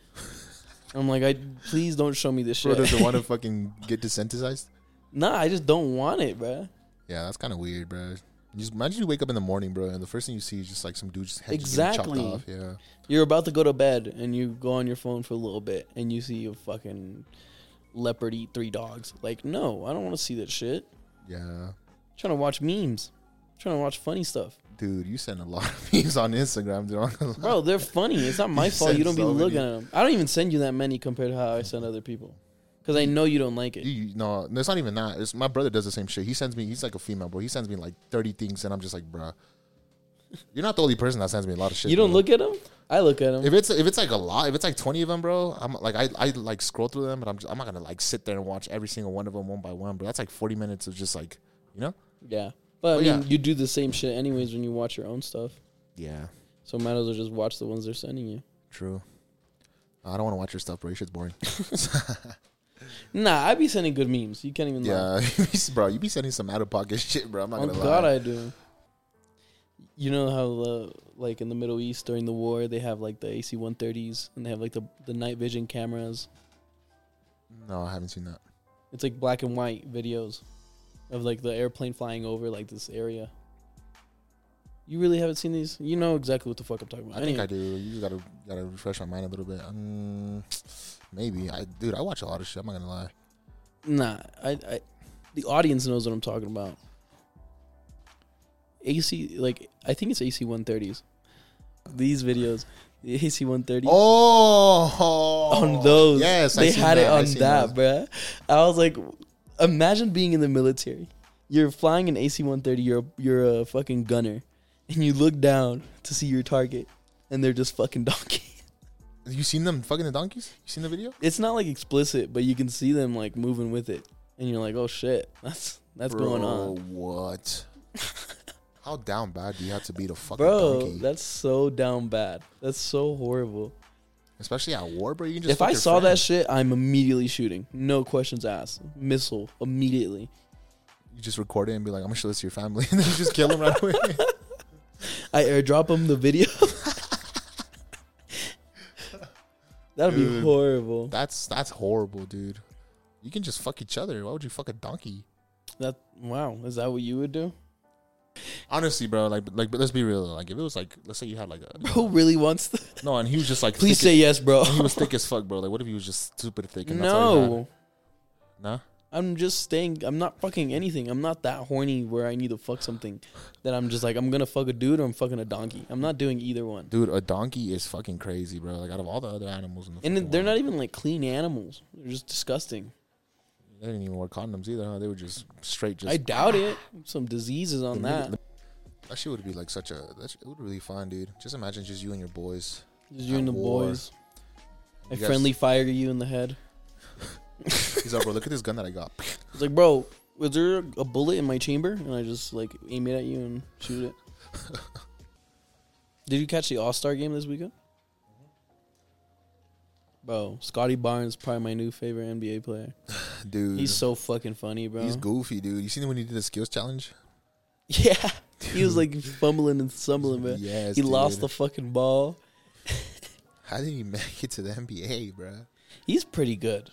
S1: I'm like, I please don't show me this
S2: Bro
S1: shit.
S2: doesn't want to fucking get desensitized.
S1: nah, I just don't want it, bruh.
S2: Yeah, that's kind of weird, bro. You Just imagine you wake up in the morning, bro, and the first thing you see is just like some dude just head just
S1: Exactly.
S2: getting chopped off. Yeah,
S1: You're about to go to bed and you go on your phone for a little bit and you see a fucking leopard eat three dogs. Like, no, I don't want to see that shit.
S2: yeah.
S1: trying to watch memes. trying to watch funny stuff.
S2: Dude, you send a lot of memes on Instagram, dude. I'm not gonna lie.
S1: Bro, they're funny. It's not my
S2: You
S1: fault you
S2: send
S1: don't be
S2: so many.
S1: looking at them. I don't even send you that many compared to how I send other people. Because I know you don't like it.
S2: You, you- no, no, it's not even that. It's my brother does the same shit. He sends me. He's like a female, bro. He sends me like thirty things, and I'm just like, bruh. You're not the only person that sends me a lot of shit.
S1: You don't
S2: bro.
S1: look at them? I look at
S2: If
S1: them.
S2: it's if it's like a lot, if it's like twenty of them, bro, I'm like I, I like scroll through them, but I'm just, I'm not gonna like sit there and watch every single one of them one by one. But that's like forty minutes of just like you know.
S1: Yeah. But I
S2: Oh,
S1: mean,
S2: yeah.
S1: you do the same shit anyways when you watch your own stuff.
S2: Yeah,
S1: So might as well just watch the ones they're sending you.
S2: true. I don't want to watch your stuff, bro. Your shit's boring.
S1: Nah, I be sending good memes. You can't even lie.
S2: yeah, bro, you be sending some out of pocket shit, bro. I'm not
S1: Oh
S2: gonna
S1: God,
S2: lie.
S1: I do. You know how, uh, like in the Middle East during the war, they have like the AC-130s and they have like the the night vision cameras.
S2: no, I haven't seen that.
S1: It's like black and white videos of like the airplane flying over like this area. You really haven't seen these? You know exactly what the fuck I'm talking about.
S2: I think
S1: Anyway,
S2: I do. You just gotta gotta refresh my mind a little bit. Um, maybe I, dude. I watch a lot of shit. I'm not gonna lie.
S1: Nah, I, I the audience knows what I'm talking about. AC like I think it's AC 130s. These videos, the AC 130
S2: Oh,
S1: on those.
S2: Yes, I
S1: they
S2: seen
S1: had it
S2: that. I
S1: on
S2: seen
S1: that, bruh.
S2: those.
S1: I was like, imagine being in the military. You're flying an AC-130. You're a, you're a fucking gunner, and you look down to see your target, and they're just fucking donkey.
S2: You seen them fucking the donkeys? You seen the video?
S1: It's not like explicit, but you can see them like moving with it, and you're like, oh shit, that's that's going
S2: Bro,
S1: on,
S2: What? How down bad do you have to be to fucking
S1: bro.
S2: donkey?
S1: That's so down bad. That's so horrible.
S2: Especially at war, bro. You can just
S1: if I saw that shit, I'm immediately shooting. No questions asked. Missile immediately.
S2: you just record it and be like, "I'm gonna show this to your family," and then you just kill them right away.
S1: I airdrop him the video. That'd be
S2: Dude.
S1: horrible.
S2: That's that's horrible, dude. You can just fuck each other. Why would you fuck a donkey?
S1: That wow, is that what you would do?
S2: Honestly, bro. Like, like, but let's be real. Like, if it was like, let's say you had like a
S1: Who really wants to?
S2: no, and he was just like,
S1: Please
S2: thick
S1: say yes, bro.
S2: as- he was thick as fuck, bro. Like, what if he was just super thick? And that's all you had?
S1: No,
S2: nah.
S1: I'm just staying. I'm not fucking anything. I'm not that horny where I need to fuck something that I'm just like I'm gonna fuck a dude or I'm fucking a donkey. I'm not doing either one.
S2: Dude, a donkey is fucking crazy, bro. Like out of all the other animals in the
S1: And
S2: fucking
S1: they're
S2: world,
S1: not even like clean animals. They're just disgusting.
S2: they didn't even wear condoms either. Huh? They were just straight. Just
S1: I doubt it. Some diseases on
S2: The
S1: that.
S2: minute- the- that shit would be like such a. That shit, it would be really fun, dude. Just imagine just you and your boys.
S1: Just you and the
S2: at war.
S1: boys. I
S2: You guys-
S1: friendly fire you in the head.
S2: He's like, bro, look at this gun that I got.
S1: It's like, bro, was there a bullet in my chamber? And I just like aim it at you and shoot it. Did you catch the All Star game this weekend?
S2: Mm-hmm.
S1: Bro, Scotty Barnes probably my new favorite NBA player.
S2: Dude,
S1: He's
S2: he's,
S1: so fucking funny, bro.
S2: goofy, dude. You seen when he did the skills challenge?
S1: yeah, he was like fumbling and stumbling, man.
S2: Yes.
S1: he lost the
S2: dude.
S1: fucking ball.
S2: How did he make it to the NBA, bro?
S1: He's pretty good.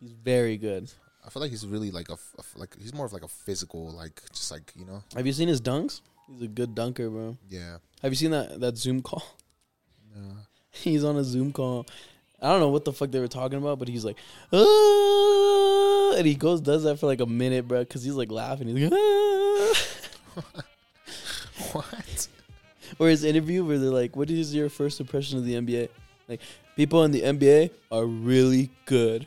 S1: He's very good.
S2: I feel like he's really like a, f- a f- like he's more of like a physical, like just like you know.
S1: Have you seen his dunks? He's a good dunker, bro.
S2: Yeah.
S1: Have you seen that that Zoom call?
S2: No.
S1: he's on a Zoom call. I don't know what the fuck they were talking about, but he's like, ah, and he goes does that for like a minute, bro, because he's like laughing. He's like, ah.
S2: what?
S1: or his interview where they're like, "What is your first impression of the NBA?" Like, people in the NBA are really good.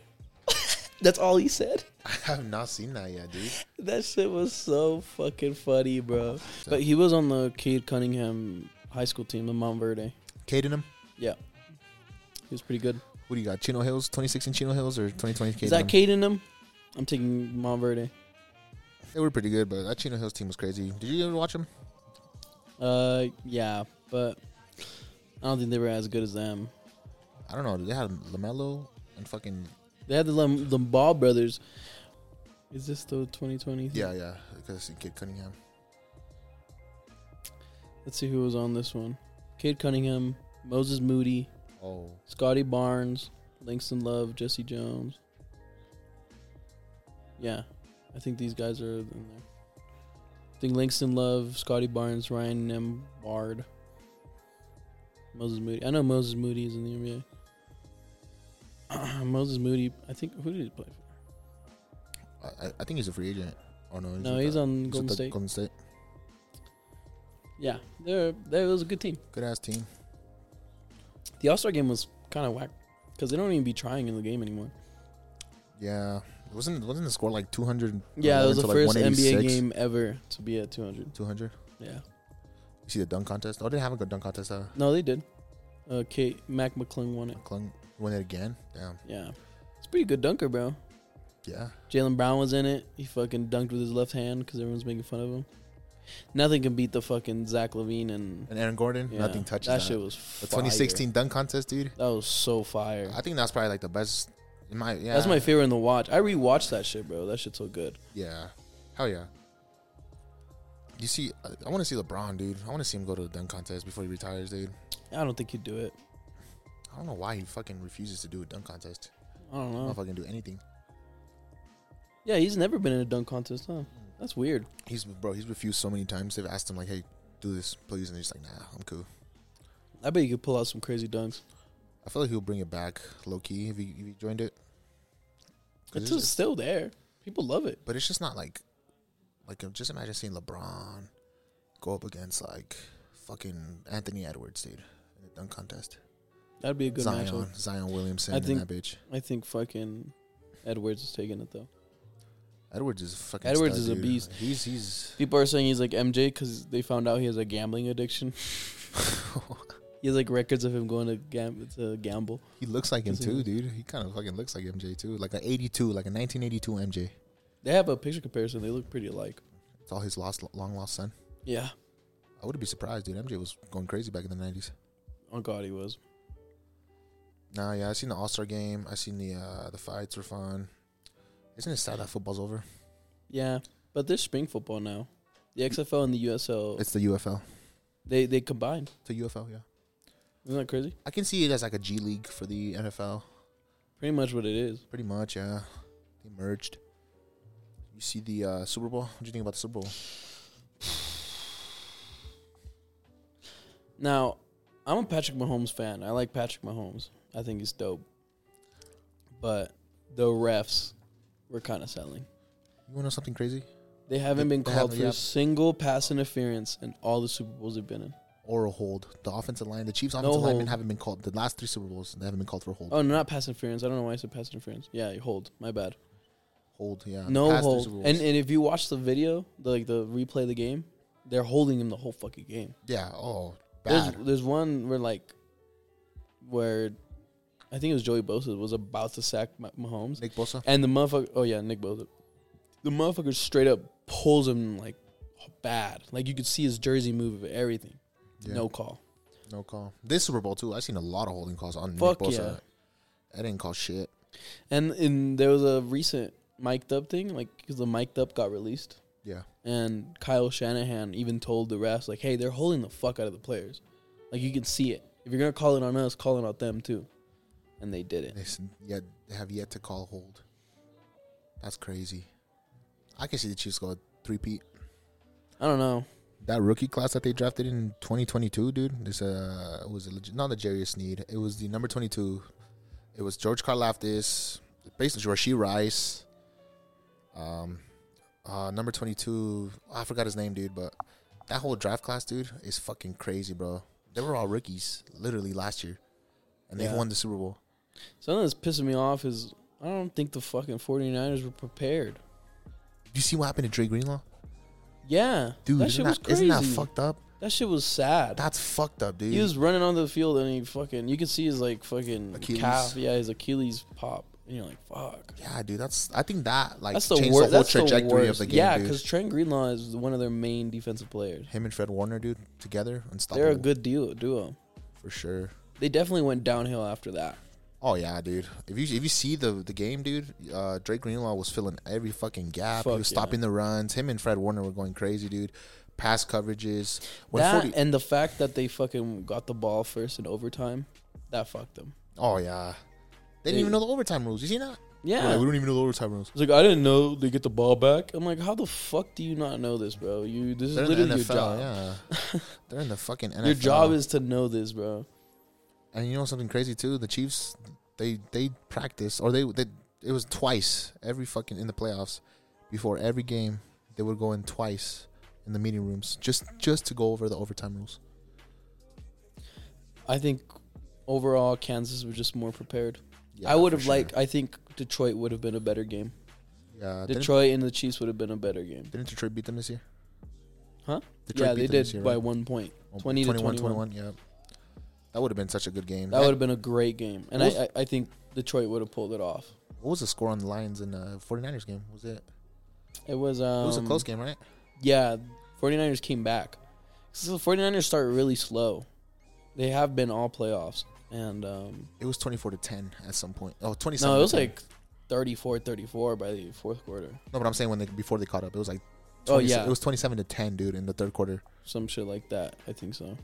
S1: That's all he said.
S2: I have not seen that yet, dude.
S1: That shit was so fucking funny, bro. But he was on the Cade Cunningham high school team in Mount Verde.
S2: Caden him.
S1: He was pretty good.
S2: What do you got? Chino Hills, 26 in Chino Hills, or 2020 Caden? um?
S1: Is that Cade in him? I'm taking Mount Verde.
S2: They were pretty good, but that Chino Hills team was crazy. Did you ever watch them?
S1: Uh, yeah, but I don't think they were as good as them.
S2: I don't know. They had Lamelo and fucking
S1: They had the Lem- the Ball brothers. Is this the 2020?
S2: yeah, yeah. Because Kid Cunningham.
S1: Let's see who was on this one. Cade Cunningham, Moses Moody,
S2: Oh,
S1: Scotty Barnes, Langston Love, Jesse Jones. Yeah, I think these guys are in there. I think Langston Love, Scotty Barnes, Ryan Nembard, Moses Moody. I know Moses Moody is in the NBA. Moses Moody, I think, who did he play for?
S2: I, I- I think he's a free agent. Oh no,
S1: No,
S2: with
S1: he's
S2: the-
S1: on
S2: with
S1: Golden
S2: the
S1: State.
S2: Golden State.
S1: Yeah, they're they was a good team.
S2: Good ass team.
S1: The All Star game was kind of whack because they don't even be trying in the game anymore.
S2: Oh, Yeah. Wasn't wasn't the score like 200?
S1: Yeah, it was the first NBA game ever to be at 200.
S2: 200.
S1: Yeah.
S2: You see the dunk contest? Oh, they haven't got dunk contest. Uh,
S1: No, they did. Uh, Kate Mac McClung won it.
S2: McClung won it again. Damn.
S1: Yeah, it's a pretty good dunker, bro.
S2: Yeah.
S1: Jalen Brown was in it. He fucking dunked with his left hand because everyone's making fun of him. Nothing can beat the fucking Zach Levine and
S2: And Aaron Gordon,
S1: yeah,
S2: nothing touches
S1: that.
S2: that.
S1: shit was
S2: The
S1: fire.
S2: 2016 dunk contest, dude.
S1: That was so fire.
S2: I think that's probably like the best. In my yeah.
S1: That's my favorite in the watch. I rewatched that shit, bro. That shit's so good.
S2: Yeah. Hell yeah. You see, I, I want to see LeBron, dude. I want to see him go to the dunk contest before he retires, dude.
S1: I don't think he'd do it.
S2: I don't know why he fucking refuses to do a dunk contest.
S1: I don't
S2: I
S1: know.
S2: don't fucking do anything.
S1: Yeah, he's never been in a dunk contest, huh? That's weird.
S2: He's bro. He's refused so many times. They've asked him like, "Hey, do this, please," and he's like, "Nah, I'm cool."
S1: I bet you could pull out some crazy dunks.
S2: I feel like he'll bring it back, low key, if he, if he joined it. 'Cause
S1: It's
S2: it's-
S1: just still there. People love it.
S2: but it's just not like, like um, just imagine seeing LeBron go up against like fucking Anthony Edwards, dude, in the dunk contest.
S1: That'd be a good
S2: Zion,
S1: matchup.
S2: Zion Williamson,
S1: I
S2: and
S1: think-
S2: that bitch.
S1: I think fucking Edwards is taking it though.
S2: Edwards is a fucking.
S1: Edwards
S2: stud,
S1: is a
S2: dude.
S1: beast.
S2: He's he's.
S1: People are saying he's like MJ because they found out he has a gambling addiction. he has like records of him going to, gam- to gamble.
S2: He looks like him
S1: Doesn't
S2: too,
S1: he?
S2: dude. He kind of fucking looks like MJ too, like a '82, like a 1982 MJ.
S1: They have a picture comparison. They look pretty alike.
S2: It's all his lost, long lost son.
S1: Yeah.
S2: I wouldn't be surprised, dude. MJ was going crazy back in the '90s.
S1: Oh God, he was.
S2: Nah, yeah, I seen the All Star game. I seen the uh, the fights were fun. Isn't it sad that football's over?
S1: Yeah, but there's spring football now. The XFL and the USL
S2: It's the UFL.
S1: they they combined.
S2: It's the UFL, yeah.
S1: Isn't that crazy?
S2: I can see it as like a G League for the NFL,
S1: Pretty much what it is.
S2: pretty much. Yeah, they merged. You see the uh, Super Bowl? What do you think about the Super Bowl?
S1: Now, I'm a Patrick Mahomes fan. I like Patrick Mahomes. I think he's dope. But the refs were kind of selling.
S2: You want to know something crazy?
S1: They haven't
S2: They-
S1: been
S2: they
S1: called
S2: haven't,
S1: for
S2: yeah.
S1: a single pass interference in all the Super Bowls they've been in.
S2: Oral hold. The offensive line, the Chiefs' offensive linemen
S1: hold.
S2: haven't been called. The last three Super Bowls, they haven't been called for hold.
S1: Oh, no, not pass interference. I don't know why I said pass interference. Yeah, you hold. My bad.
S2: Hold, yeah.
S1: No
S2: Past three
S1: hold.
S2: Super Bowls.
S1: And and if you watch the video, the, like the replay of the game, they're holding him the whole fucking game.
S2: yeah, oh,
S1: There's
S2: bad.
S1: there's one where like where I think it was Joey Bosa was about to sack Ma- Mahomes,
S2: Nick Bosa.
S1: and the motherfucker. Oh yeah, Nick Bosa. The motherfucker straight up pulls him like bad. Like you could see his jersey move, everything.
S2: Yeah.
S1: No call.
S2: No call. This Super Bowl too. I've seen a lot of holding calls on
S1: Fuck
S2: Nick Bosa.
S1: yeah.
S2: I didn't call shit.
S1: And in there was a recent mic'd up thing, like because the mic'd up got released,
S2: Yeah.
S1: and Kyle Shanahan even told the refs like, "Hey, they're holding the fuck out of the players. Like you can see it. If you're gonna call it on us, call it on them too." And they did it.
S2: They s- yet they have yet to call hold. That's crazy. I can see the Chiefs go three peat.
S1: I don't know.
S2: That rookie class that they drafted in 2022, dude. This uh it was a legit, not the Jarius Sneed. It was the number 22. It was George Karlaftis, basically Rasheed Rice. Um, uh, number 22. I forgot his name, dude. But that whole draft class, dude, is fucking crazy, bro. They were all rookies, literally last year, and they
S1: Yeah.
S2: won the Super Bowl.
S1: Something that's pissing me off is I don't think the fucking 49ers were prepared.
S2: You see what happened to Dre Greenlaw,
S1: Yeah.
S2: dude?
S1: that
S2: isn't,
S1: shit
S2: that,
S1: was crazy.
S2: isn't that fucked up?
S1: That shit was sad.
S2: That's fucked up, dude.
S1: he was running onto the field and he fucking, you could see his like fucking
S2: Achilles.
S1: calf. Yeah, his Achilles pop. And you're like, fuck.
S2: yeah, dude. That's I think that like
S1: That's the
S2: changed
S1: worst.
S2: the whole
S1: That's
S2: trajectory
S1: the worst.
S2: of the game.
S1: yeah,
S2: dude.
S1: because Trent Greenlaw is one of their main defensive players.
S2: Him and Fred Warner, dude, together, unstoppable
S1: They're a good duo. duo.
S2: for sure.
S1: They definitely went downhill after that.
S2: Oh yeah, dude. If you if you see the the game, dude, uh, Drake Greenlaw was filling every fucking gap. he
S1: Fuck
S2: was
S1: yeah.
S2: stopping the runs. Him and Fred Warner were going crazy, dude. Pass coverages. When
S1: that
S2: 40
S1: and the fact that they fucking got the ball first in overtime, that fucked them.
S2: oh yeah, they didn't
S1: They-
S2: even know the overtime rules. You see that?
S1: Yeah.
S2: Like, we don't even know the overtime rules.
S1: It's like I didn't know they get the ball back. I'm like, how the fuck do you not know this, bro? You this is
S2: They're in
S1: literally
S2: the NFL.
S1: your job.
S2: Yeah, they're in the fucking NFL.
S1: Your job is to know this, bro.
S2: And you know something crazy too? The Chiefs, they they practice or they they it was twice every fucking in the playoffs before every game they were going twice in the meeting rooms just just to go over the overtime rules.
S1: I think overall Kansas was just more prepared.
S2: Yeah,
S1: I would
S2: for
S1: have
S2: sure.
S1: liked. I think Detroit would have been a better game.
S2: yeah, didn't,
S1: Detroit and the Chiefs would have been a better game.
S2: didn't Detroit beat them this year?
S1: Huh?
S2: Detroit
S1: yeah,
S2: beat
S1: they
S2: them
S1: did
S2: this year,
S1: by
S2: right?
S1: one point.
S2: Oh,
S1: 20 to
S2: 21,
S1: 21.
S2: 21, Yeah, that would have been such a good game.
S1: That would have been a great game, and I,
S2: What was-
S1: I, I think Detroit would have pulled it off.
S2: what was the score on the Lions in the 49ers game? Was it?
S1: It was um,
S2: it was a close game, right?
S1: Yeah, 49ers came back. So the 49ers start really slow. They have been all playoffs, and um,
S2: It was 24 to 10 at some point. Oh, 27.
S1: no, it was
S2: to 10.
S1: like 34-34 by the fourth quarter,
S2: No, but I'm saying when they before they caught up, it was like.
S1: Oh,
S2: 20
S1: yeah.
S2: it was 27 to 10, dude, in the third quarter.
S1: some shit like that. I think so.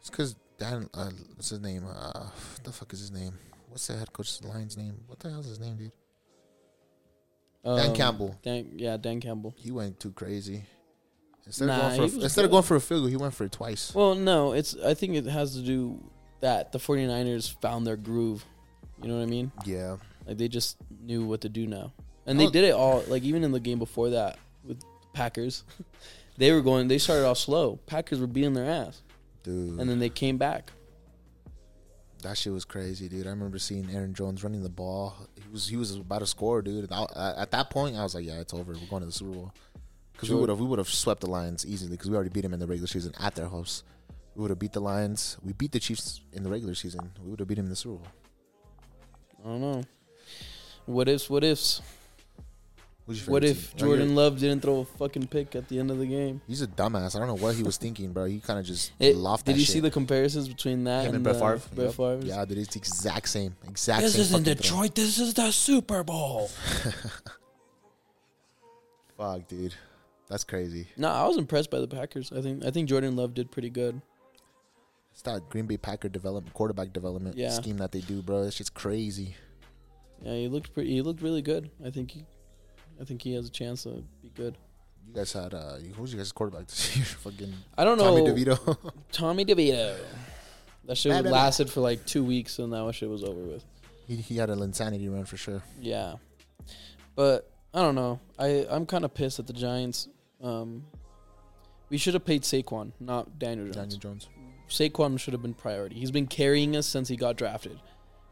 S2: It's because Dan, uh, what's his name? Uh, what the fuck is his name? What's the head coach of the Lions' name? What the hell's his name, dude? Dan
S1: Um,
S2: Campbell.
S1: Dan, yeah, Dan Campbell.
S2: He went too crazy. Instead
S1: Nah,
S2: of going
S1: he
S2: for a,
S1: was
S2: instead of
S1: good.
S2: going for a field goal, he went for it twice.
S1: Well, no, it's. I think it has to do that the 49ers found their groove. You know what I mean?
S2: Yeah,
S1: Like they just knew what to do now, and
S2: I
S1: they
S2: was-
S1: did it all. Like even in the game before that with Packers, they were going. They started off slow. Packers were beating their ass,
S2: dude,
S1: and then they came back.
S2: that shit was crazy, dude. I remember seeing Aaron Jones running the ball. He was he was about to score, dude. And I, I- at that point, I was like, yeah, it's over. We're going to the Super Bowl because
S1: Sure.
S2: we would have we would have swept the Lions easily because we already beat them in the regular season at their house. We would have beat the Lions. We beat the Chiefs in the regular season. We would have beat them in the Super Bowl.
S1: I don't know. What ifs? What ifs?
S2: Who's your favorite
S1: What
S2: team?
S1: if
S2: Oh, you're-
S1: Jordan Love didn't throw a fucking pick at the end of the game?
S2: He's a dumbass. I don't know what he was thinking, bro. He kind of just
S1: It-
S2: laughed.
S1: did
S2: that
S1: you
S2: shit.
S1: see the comparisons between that and
S2: him and Brett
S1: uh,
S2: Favre?
S1: Brett
S2: Yep.
S1: Favre?
S2: Yeah, dude, it's the exact same, exact
S1: This
S2: same.
S1: isn't
S2: fucking throw.
S1: Detroit. This is the Super Bowl.
S2: Fuck, dude, that's crazy.
S1: no, I was impressed by the Packers. I think I think Jordan Love did pretty good.
S2: It's that Green Bay Packer development, quarterback development
S1: Yeah.
S2: scheme that they do, bro. That shit's crazy.
S1: Yeah, he looked pretty. He looked really good. I think he, I think he has a chance to be good.
S2: You guys had uh, who's your guys' quarterback this year? Fucking
S1: I don't know.
S2: Tommy DeVito.
S1: Tommy DeVito. That shit
S2: Blah, blah, blah.
S1: lasted for like two weeks, and that shit was over with.
S2: he, he had an insanity run for sure.
S1: Yeah, but I don't know. I I'm kind of pissed at the Giants. Um, we should have paid Saquon, not Daniel Jones.
S2: Daniel Jones.
S1: Saquon should have been priority. He's been carrying us since he got drafted,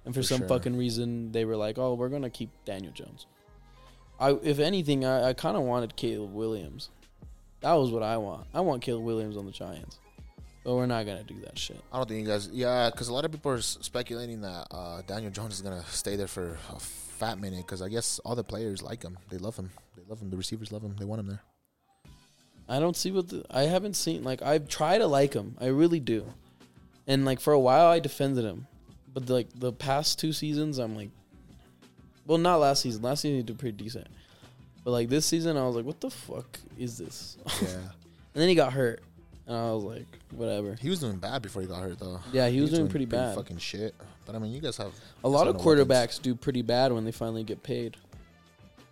S1: and for,
S2: For
S1: some
S2: sure.
S1: fucking reason, they were like, "Oh, we're gonna keep Daniel Jones." I, if anything, I, I kind of wanted Caleb Williams. That was what I want. I want Caleb Williams on the Giants, but we're not gonna do that shit.
S2: I don't think you guys. Yeah, because a lot of people are s- speculating that uh, Daniel Jones is gonna stay there for a fat minute. Because I guess all the players like him. They love him. They love him. The receivers love him. They want him there.
S1: I don't see what the, I haven't seen. Like I try to like him, I really do, and like for a while I defended him, but like the past two seasons I'm like, well, not last season. Last season he did pretty decent, but like this season I was like, what the fuck is this?
S2: Yeah.
S1: And then he got hurt, and I was like, whatever.
S2: He was doing bad before he got hurt, though.
S1: Yeah, he was doing pretty bad.
S2: Fucking shit. But I mean, you guys have
S1: A lot of
S2: ton weapons.
S1: quarterbacks do pretty bad when they finally get paid.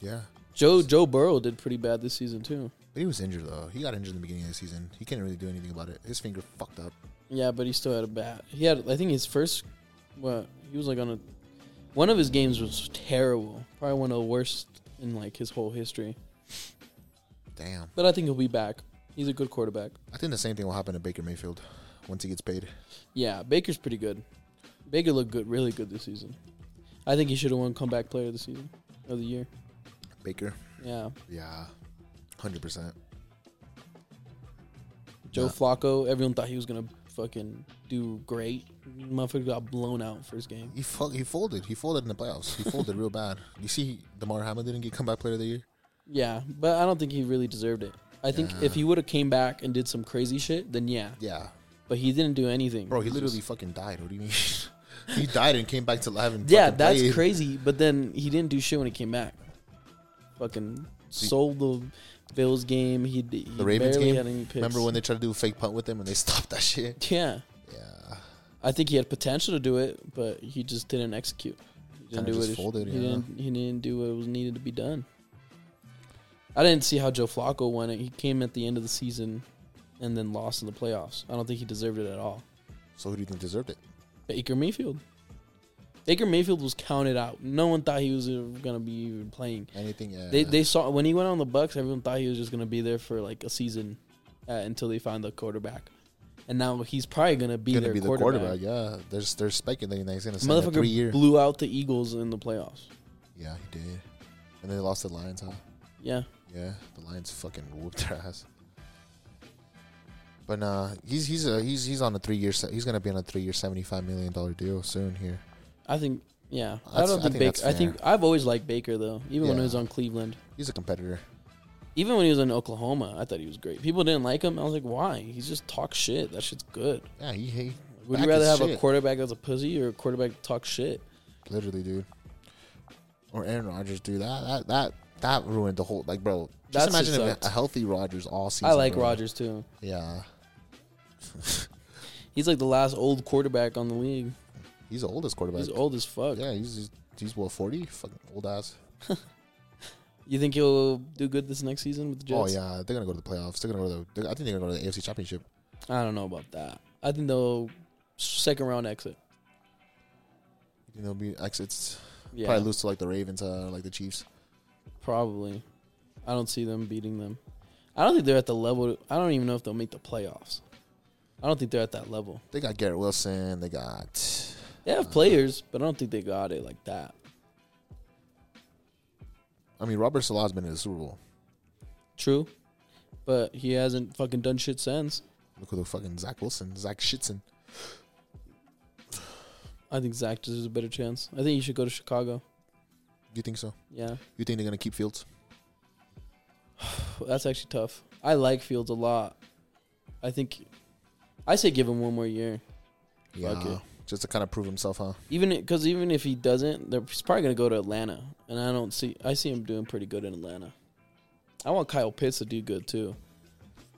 S2: Yeah,
S1: Joe Joe Burrow did pretty bad this season too.
S2: but he was injured though. He got injured in the beginning of the season. He couldn't really do anything about it. His finger fucked up.
S1: Yeah, but he still had a bat. He had, I think, his first. What he was like on a, one of his games was terrible. Probably one of the worst in like his whole history.
S2: Damn.
S1: But I think he'll be back. He's a good quarterback.
S2: I think the same thing will happen to Baker Mayfield once he gets paid.
S1: Yeah, Baker's pretty good. Baker looked good, really good this season. I think he should have won comeback player of the season of the year.
S2: Baker.
S1: Yeah,
S2: Yeah, hundred percent.
S1: Joe
S2: Yeah.
S1: Flacco. Everyone thought he was gonna fucking do great. Motherfucker got blown out first game.
S2: He fu- he folded. He folded in the playoffs. He folded real bad. You see, Demar Hamlin didn't get comeback player of the year.
S1: Yeah, but I don't think he really deserved it. I think
S2: Yeah.
S1: if he would have came back and did some crazy shit, then yeah,
S2: Yeah,
S1: but he didn't do anything.
S2: bro. He
S1: He's
S2: literally
S1: just-
S2: fucking died. What do you mean? he died and came back to life and
S1: yeah,
S2: fucking
S1: that's
S2: played.
S1: crazy. But then he didn't do shit when he came back. Fucking sold the Bills game. He, d- he
S2: The Ravens
S1: barely
S2: game?
S1: had any picks.
S2: Remember when they tried to do a fake punt with him and they stopped that shit?
S1: Yeah,
S2: Yeah.
S1: I think he had potential to do it, but he just didn't execute. He didn't
S2: Kinda
S1: do
S2: just
S1: what it-
S2: folded,
S1: he
S2: yeah.
S1: didn't. He didn't do what was needed to be done. I didn't see how Joe Flacco won it. He came at the end of the season, and then lost in the playoffs. I don't think he deserved it at all.
S2: So who do you think deserved it?
S1: Baker Mayfield. Baker Mayfield was counted out. No one thought he was going to be even playing.
S2: Anything. Yeah.
S1: They they saw when he went on the Bucks, everyone thought he was just gonna be there for like a season uh, until they found the quarterback, and now he's probably gonna be
S2: gonna
S1: their
S2: be the
S1: quarterback.
S2: quarterback. Yeah. There's they're speculating that he's gonna sign a three
S1: Motherfucker
S2: year.
S1: blew out the Eagles in the playoffs.
S2: yeah, he did. And they lost to the Lions, huh?
S1: Yeah,
S2: Yeah, the Lions fucking whooped their ass. But nah, he's he's a, he's he's on a three year. He's gonna be on a three year, seventy five million dollar deal soon here.
S1: I think. Yeah, I
S2: That's-
S1: don't think,
S2: I think
S1: Baker.
S2: that's
S1: I think I've always liked Baker though, even when he
S2: Yeah.
S1: was on Cleveland,
S2: He's a competitor.
S1: even when he was in Oklahoma, I thought he was great. People didn't like him. I was like, why? He just talks shit. That shit's good.
S2: Yeah, he, he
S1: Would
S2: back
S1: you rather
S2: his
S1: have a
S2: shit.
S1: quarterback that's a pussy or a quarterback that talks shit?
S2: Literally, dude. Or Aaron Rodgers, dude. That that that that ruined the whole like, bro. Just
S1: That's
S2: imagine
S1: just
S2: a,
S1: sucked.
S2: a healthy Rodgers all season.
S1: I like
S2: bro.
S1: Rodgers too.
S2: Yeah,
S1: He's like the last old quarterback on the league.
S2: he's the oldest quarterback.
S1: He's old as fuck.
S2: Yeah, he's he's, he's what forty? Fucking old ass.
S1: You think he'll do good this next season with the Jets?
S2: Oh yeah, they're gonna go to the playoffs. They're gonna go to. The, they're- I think they're gonna go to the AFC Championship.
S1: I don't know about that. I think they'll second round exit.
S2: You think they'll be exits?
S1: Yeah,
S2: Probably lose to like the Ravens, uh, like the Chiefs.
S1: probably. I don't see them beating them. I don't think they're at the level. I don't even know if they'll make the playoffs. I don't think they're at that level.
S2: They got Garrett Wilson. They got.
S1: They have players, but I don't think they got it like that.
S2: I mean, Robert Sala's been in the Super Bowl.
S1: True, but he hasn't fucking done shit since.
S2: Look at the fucking Zach Wilson, Zach Shitson.
S1: I think Zach deserves a better chance. I think he should go to Chicago.
S2: You think so?
S1: Yeah,
S2: You think they're gonna keep Fields?
S1: that's actually tough. I like Fields a lot. I think I say give him one more year. it.
S2: Just to kind of prove himself, huh?
S1: even because even if he doesn't, they're, he's probably gonna go to Atlanta, and I don't see. I see him doing pretty good in Atlanta. I want Kyle Pitts to do good too.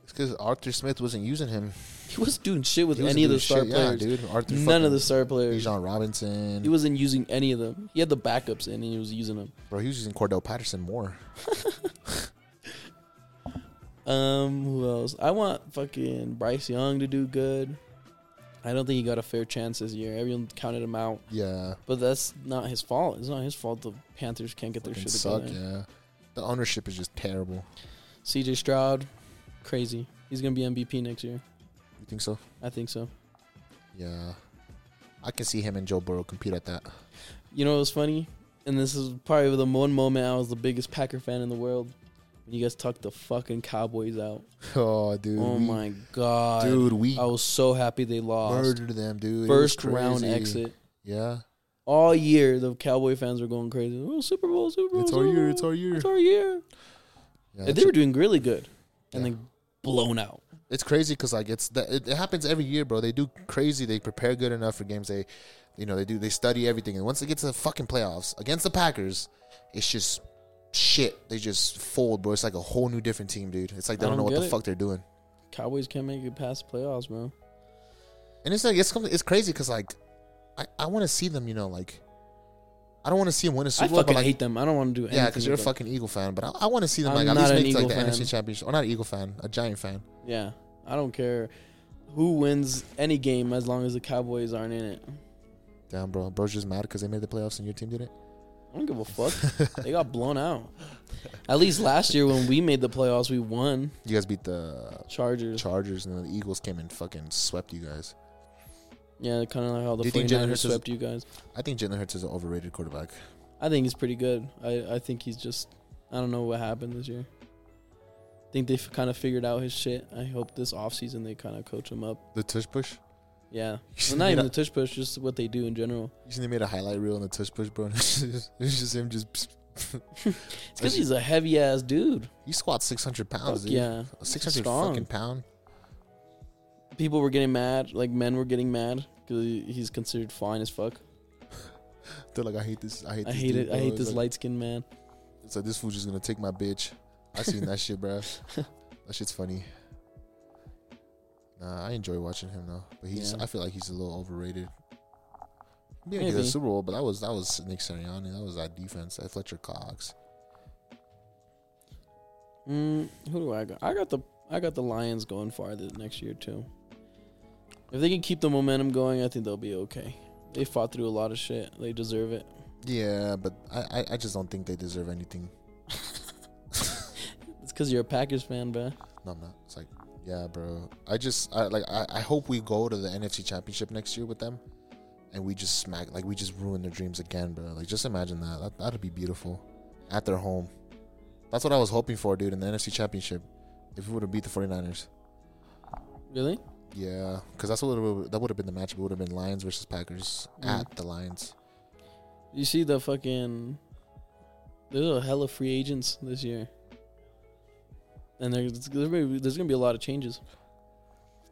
S2: It's because Arthur Smith wasn't using him.
S1: He was doing shit with
S2: He wasn't
S1: any of the
S2: doing
S1: star
S2: shit.
S1: players.
S2: Yeah, dude. Arthur
S1: None of
S2: fucking
S1: the star players.
S2: Bijan Robinson.
S1: He wasn't using any of them. He had the backups in, and he was using them.
S2: bro, he was using Cordell Patterson more.
S1: Um, who else? I want fucking Bryce Young to do good. I don't think he got a fair chance this year. Everyone counted him out,
S2: Yeah.
S1: but that's not his fault. It's not his fault. The Panthers can't get their
S2: Fucking
S1: shit
S2: suck,
S1: together.
S2: yeah. The ownership is just terrible.
S1: CJ Stroud, crazy. He's gonna be MVP next year.
S2: You think so?
S1: I think so.
S2: Yeah. I can see him and Joe Burrow compete at that.
S1: You know what's funny? And this is probably the one moment I was the biggest Packer fan in the world. When you guys tucked the fucking Cowboys out.
S2: Oh, dude.
S1: oh
S2: we-
S1: my god.
S2: Dude, we
S1: I was so happy they lost.
S2: murdered them, dude. It was
S1: First round
S2: crazy.
S1: exit.
S2: Yeah.
S1: All year the Cowboy fans were going crazy. Oh Super Bowl, Super Bowl.
S2: It's our
S1: Super
S2: year.
S1: Bowl,
S2: It's our year.
S1: It's our year.
S2: Yeah,
S1: And
S2: it's,
S1: they were doing really good. And
S2: Yeah.
S1: then blown out.
S2: it's crazy because like it's the, it, it happens every year, bro. They do crazy. They prepare good enough for games. They, you know, they do they study everything. And once they get to the fucking playoffs against the Packers, it's just shit. They just fold, bro. It's like a whole new different team, dude. It's like they
S1: I
S2: don't, know
S1: don't
S2: what
S1: get
S2: the
S1: it.
S2: fuck they're doing.
S1: Cowboys can't make it past the playoffs, bro.
S2: And it's like it's com- it's crazy because like I I want to see them. You know, like I don't want to see them win a
S1: I
S2: Super Bowl,
S1: fucking
S2: but like
S1: hate them. I don't want to do anything.
S2: yeah, because you're a
S1: with them.
S2: fucking Eagle fan. But I, I want to see them
S1: I'm
S2: like at
S1: not
S2: least
S1: an
S2: make to, like
S1: Eagle fan.
S2: the NFC Championship. Or not Eagle fan, a Giant fan.
S1: Yeah. I don't care who wins any game as long as the Cowboys aren't in it.
S2: Damn, bro, bro's just mad because they made the playoffs and your team didn't.
S1: I don't give a fuck. they got blown out. At least last year when we made the playoffs, we won.
S2: You guys beat the
S1: Chargers.
S2: Chargers, and then the Eagles came and fucking swept you guys.
S1: Yeah, kind of like how the
S2: Do you think Jalen
S1: 49ers
S2: Hurts is-
S1: swept you guys.
S2: I think Jalen Hurts is an overrated quarterback.
S1: I think he's pretty good. I, I think he's just, I don't know what happened this year. I think they've kind of figured out his shit. I hope this offseason they kind of coach him up.
S2: The tush push.
S1: Yeah.
S2: You
S1: Well,
S2: seen
S1: not
S2: they made
S1: even
S2: a-
S1: the tush push, just what they do in general.
S2: you seen they made a highlight reel on the tush push, bro. it's just it's just him. Just
S1: It's because he's a heavy ass dude.
S2: he squats six hundred pounds,
S1: Fuck
S2: dude.
S1: yeah.
S2: six hundred
S1: Strong.
S2: fucking pound.
S1: People were getting mad. Like, men were getting mad because he's considered fine as fuck.
S2: They're like, I hate this. I hate.
S1: I
S2: This
S1: hate
S2: dude,
S1: it. I
S2: bro.
S1: hate
S2: It's
S1: this
S2: like-
S1: light skinned man.
S2: It's like this fool's just gonna take my bitch. I seen that shit, bro. That shit's funny. Nah, I enjoy watching him though, but he's.
S1: Yeah.
S2: I feel like he's a little overrated. He didn't get a
S1: Maybe.
S2: Super Bowl, but that was that was Nick Sirianni. That was that defense. That Fletcher Cox.
S1: Mm, who do I got? I got the I got the Lions going farther next year too. If they can keep the momentum going, I think they'll be okay. They fought through a lot of shit. They deserve it.
S2: Yeah, but I, I, I just don't think they deserve anything.
S1: It's because you're a Packers fan, man.
S2: No, I'm not. It's like, yeah, bro. I just I like I, I hope we go to the NFC Championship next year with them, and we just smack like we just ruin their dreams again, bro. Like just imagine that. that that'd be beautiful, at their home. That's what I was hoping for, dude. In the NFC Championship, if we would have beat the 49ers,
S1: Really?
S2: yeah, because that's what would've- that would have been the match. It would have been Lions versus Packers
S1: Mm.
S2: at the Lions.
S1: You see the fucking. There's a hell of free agents this year. And there's, there's gonna be- there's gonna be a lot of changes.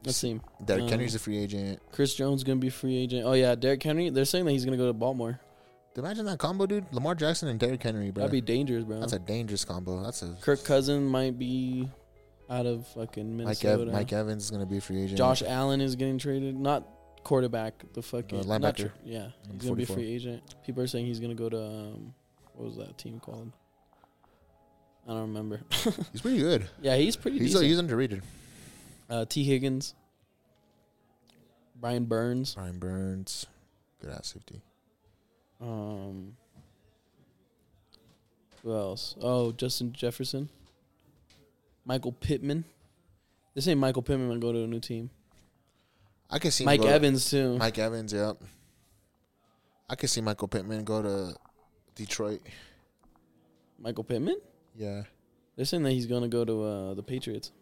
S1: Let's see.
S2: Derrick
S1: Um,
S2: Henry's a free agent.
S1: Chris Jones gonna be free agent. Oh yeah, Derrick Henry. They're saying that he's gonna go to Baltimore.
S2: Imagine that combo, dude. Lamar Jackson and Derrick Henry, bro.
S1: That'd be dangerous, bro.
S2: that's a dangerous combo. That's a
S1: Kirk Cousin might be out of fucking
S2: Mike, Ev-
S1: Minnesota.
S2: Mike Evans is gonna be a free agent.
S1: Josh Allen is getting traded. Not quarterback. The fucking
S2: Uh, linebacker.
S1: not tr- yeah, he's
S2: Number
S1: gonna be a
S2: 44.
S1: free agent. People are saying he's gonna go to um, what was that team called? I don't remember.
S2: He's pretty good.
S1: yeah, he's pretty
S2: He's,
S1: decent.
S2: he's underrated.
S1: uh, T Higgins, Brian Burns.
S2: Brian Burns, good ass safety.
S1: Um, who else? Oh, Justin Jefferson, Michael Pittman. This ain't Michael Pittman gonna go to a new team.
S2: I could see him
S1: Mike
S2: go to-
S1: Evans too.
S2: Mike Evans, yep. I could see Michael Pittman go to Detroit.
S1: Michael Pittman.
S2: Yeah,
S1: They're saying that he's gonna go to uh, the Patriots.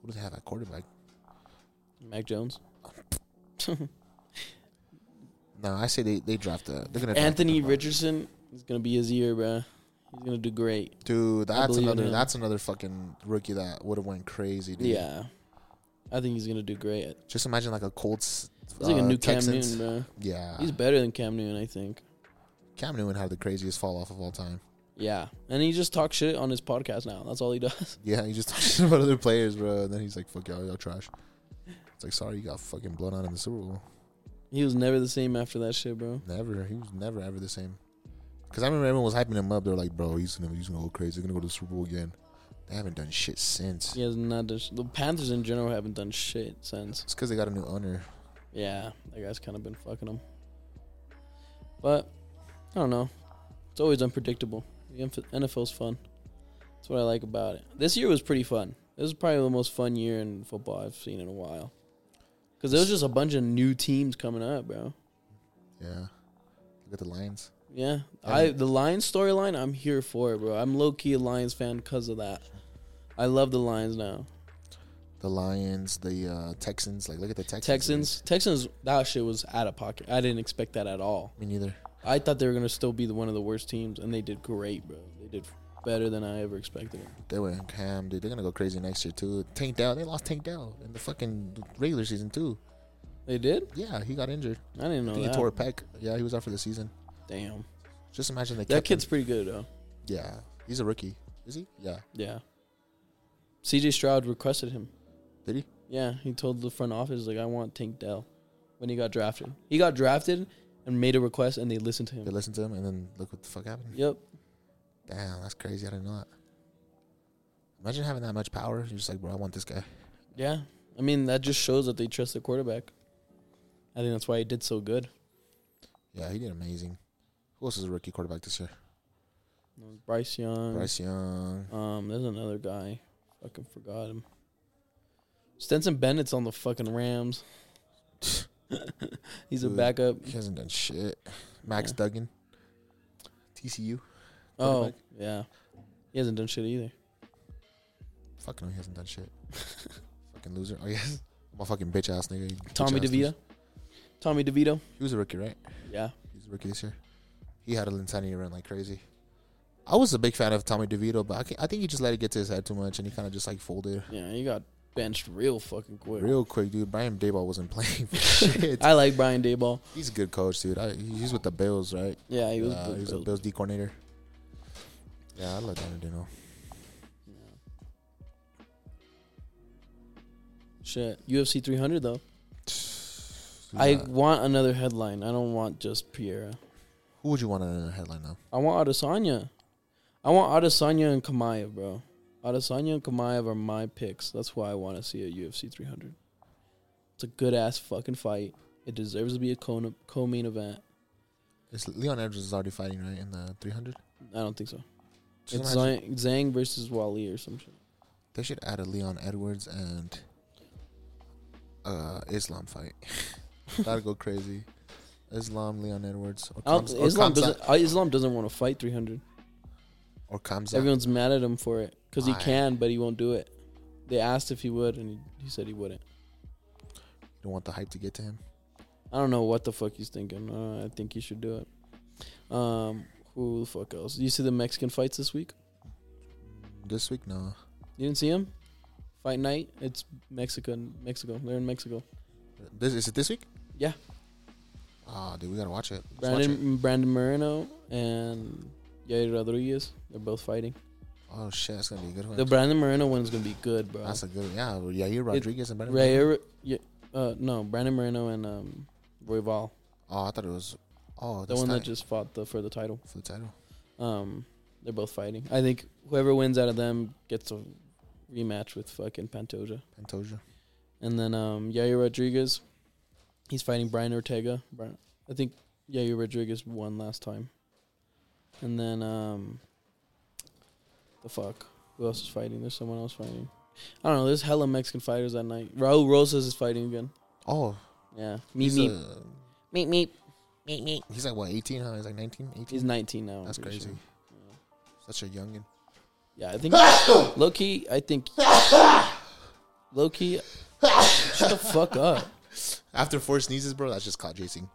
S2: who do they have at quarterback?
S1: Mac Jones.
S2: No, I say they they draft a. They're gonna draft
S1: Anthony
S2: a quarterback.
S1: Richardson is gonna be his year, bruh. He's gonna do great.
S2: Dude, that's
S1: believe in
S2: another
S1: him.
S2: that's another fucking rookie that would have went crazy. Dude.
S1: Yeah, I think he's gonna do great.
S2: just imagine like a Colts.
S1: He's like a
S2: uh,
S1: new
S2: Texans. Uh.
S1: Cam Newton,
S2: Yeah,
S1: bruh. He's better than Cam Newton, I think.
S2: Cam Newton had the craziest fall off of all time.
S1: Yeah, and he just talks shit on his podcast now. That's all he does.
S2: Yeah, he just talks about other players, bro. And then he's like, "Fuck y'all, y'all trash." It's like, sorry, you got fucking blown out in the Super Bowl.
S1: He was never the same after that shit, bro.
S2: Never. He was never ever the same. Because I remember everyone was hyping him up. They're like, "Bro, he's gonna he's gonna go crazy. He's gonna go to the Super Bowl again." They haven't done shit since.
S1: He has not. done sh- the Panthers in general haven't done shit since.
S2: It's because they got a new owner.
S1: Yeah, that guy's kind of been fucking them. But I don't know. It's always unpredictable. The NF- NFL's fun. That's what I like about it. This year was pretty fun. This is probably the most fun year in football I've seen in a while. Because there was just a bunch of new teams coming up, bro.
S2: Yeah. Look at the Lions.
S1: Yeah,
S2: Yeah.
S1: I the Lions storyline. I'm here for it, bro. I'm low key a Lions fan because of that. I love the Lions now.
S2: The Lions. The uh, Texans. Like, look at the Texans.
S1: Texans, Texans. That shit was out of pocket. I didn't expect that at all.
S2: dude. Me neither.
S1: I thought they were gonna still be the, one of the worst teams, and they did great, bro. They did better than I ever expected.
S2: They went ham, dude. They're gonna go crazy next year too. Tank Dell. They lost Tank Dell in the fucking regular season too.
S1: They did?
S2: Yeah, he got injured.
S1: I didn't
S2: I
S1: know
S2: think
S1: that.
S2: he tore a pec. Yeah, he was out for the season.
S1: Damn,
S2: Just imagine they
S1: that
S2: kept him.
S1: kid's pretty good though.
S2: Yeah, he's a rookie. Is he? Yeah.
S1: Yeah. C.J. Stroud requested him.
S2: Did he?
S1: Yeah, he told the front office like, "I want Tank Dell." When he got drafted, he got drafted and made a request, and they listened to
S2: They
S1: him.
S2: listened to him, and then look what the fuck happened.
S1: Yep.
S2: Damn, that's crazy. I didn't know that. Imagine having that much power. You're just like, bro, I want this guy.
S1: Yeah. I mean, that just shows that they trust the quarterback. I think that's why he did so good.
S2: Yeah, he did amazing. Who else is a rookie quarterback this year?
S1: It was Bryce Young.
S2: Bryce Young.
S1: Um, there's another guy. Fucking forgot him. Stenson Bennett's on the fucking Rams. He's a
S2: Dude.
S1: backup.
S2: He hasn't done shit. Max
S1: Yeah.
S2: Duggan. TCU.
S1: Oh,
S2: Quarterback.
S1: yeah. He hasn't done shit either.
S2: Fuck no, he hasn't done shit. fucking loser. Oh yes. My fucking bitch ass nigga. you bitch
S1: Tommy
S2: ass
S1: DeVito.
S2: loser.
S1: Tommy DeVito.
S2: He was a rookie, right?
S1: Yeah.
S2: He was a rookie this year. He had a Lentani run like crazy. I was a big fan of Tommy DeVito, but I, can, I think he just let it get to his head too much, and he kind of just like folded
S1: Yeah, he got benched real fucking quick.
S2: real quick, dude. Brian Dayball wasn't playing for shit.
S1: I like Brian Dayball.
S2: He's a good coach, dude. I, he's with the Bills, right?
S1: Yeah, he was.
S2: Uh,
S1: built-
S2: he was a
S1: built-
S2: Bills D coordinator. Yeah, I love Tommy Dino.
S1: Shit. UFC 300, though. I want another headline. I don't want just Piera.
S2: who would you want in a headline now?
S1: I want Adesanya. I want Adesanya and Kamayev, bro. Adesanya and Kamayev are my picks. That's why I want to see a UFC 300. It's a good ass fucking fight. It deserves to be a co- co-main event.
S2: It's Leon Edwards is already fighting right in the 300.
S1: I don't think so.
S2: Just
S1: It's
S2: imagine-
S1: Zang, Zhang versus Wally or some shit.
S2: They should add a Leon Edwards and uh Islam fight. That'd go crazy. Islam, Leon Edwards, or,
S1: I don't-
S2: Kamzat, or
S1: Islam
S2: Kamzat,
S1: doesn't. uh, Islam doesn't want to fight 300.
S2: or Kamzat.
S1: Everyone's mad at him for it because he
S2: Why?
S1: can, but he won't do it. They asked if he would, and he, he said he wouldn't.
S2: Don't want the hype to get to him.
S1: I don't know what the fuck he's thinking. Uh, I think he should do it. Um, who the fuck else? You see the Mexican fights this week?
S2: This week, no.
S1: You didn't see him? Fight night. It's Mexico. Mexico. They're in Mexico.
S2: This is it. This week?
S1: Yeah.
S2: Oh, dude, we gotta watch it. Let's watch it.
S1: Brandon Brandon Moreno and Yair Rodriguez. They're both fighting.
S2: Oh shit, that's gonna be a good one.
S1: The Brandon Moreno one's gonna be good, bro.
S2: that's a good. Yeah, well, Yair Rodriguez and Brandon. Moreno.
S1: Yair, yeah, uh, no, Brandon Moreno and um, Royval,
S2: Oh, I thought it was. Oh,
S1: the one that just fought the for the title.
S2: for the title.
S1: Um, they're both fighting. I think whoever wins out of them gets a rematch with fucking Pantoja.
S2: Pantoja.
S1: And then um, Yair Rodriguez, he's fighting Brian Ortega. Bri- I think Yair Rodriguez won last time. And then um, the fuck, who else is fighting? There's someone else fighting. I don't know. There's hella Mexican fighters that night. Raul Rosas is fighting again.
S2: Oh,
S1: Yeah, meet
S2: he's
S1: me.
S2: uh,
S1: Meet me.
S2: he's like what 18? Huh? He's like 19, 18.
S1: He's 19 now. I'm
S2: that's
S1: pretty
S2: crazy.
S1: sure.
S2: Such a youngin.
S1: Yeah, I think low key. I think low key. shut the fuck up.
S2: After four sneezes, bro, that's just cloud chasing.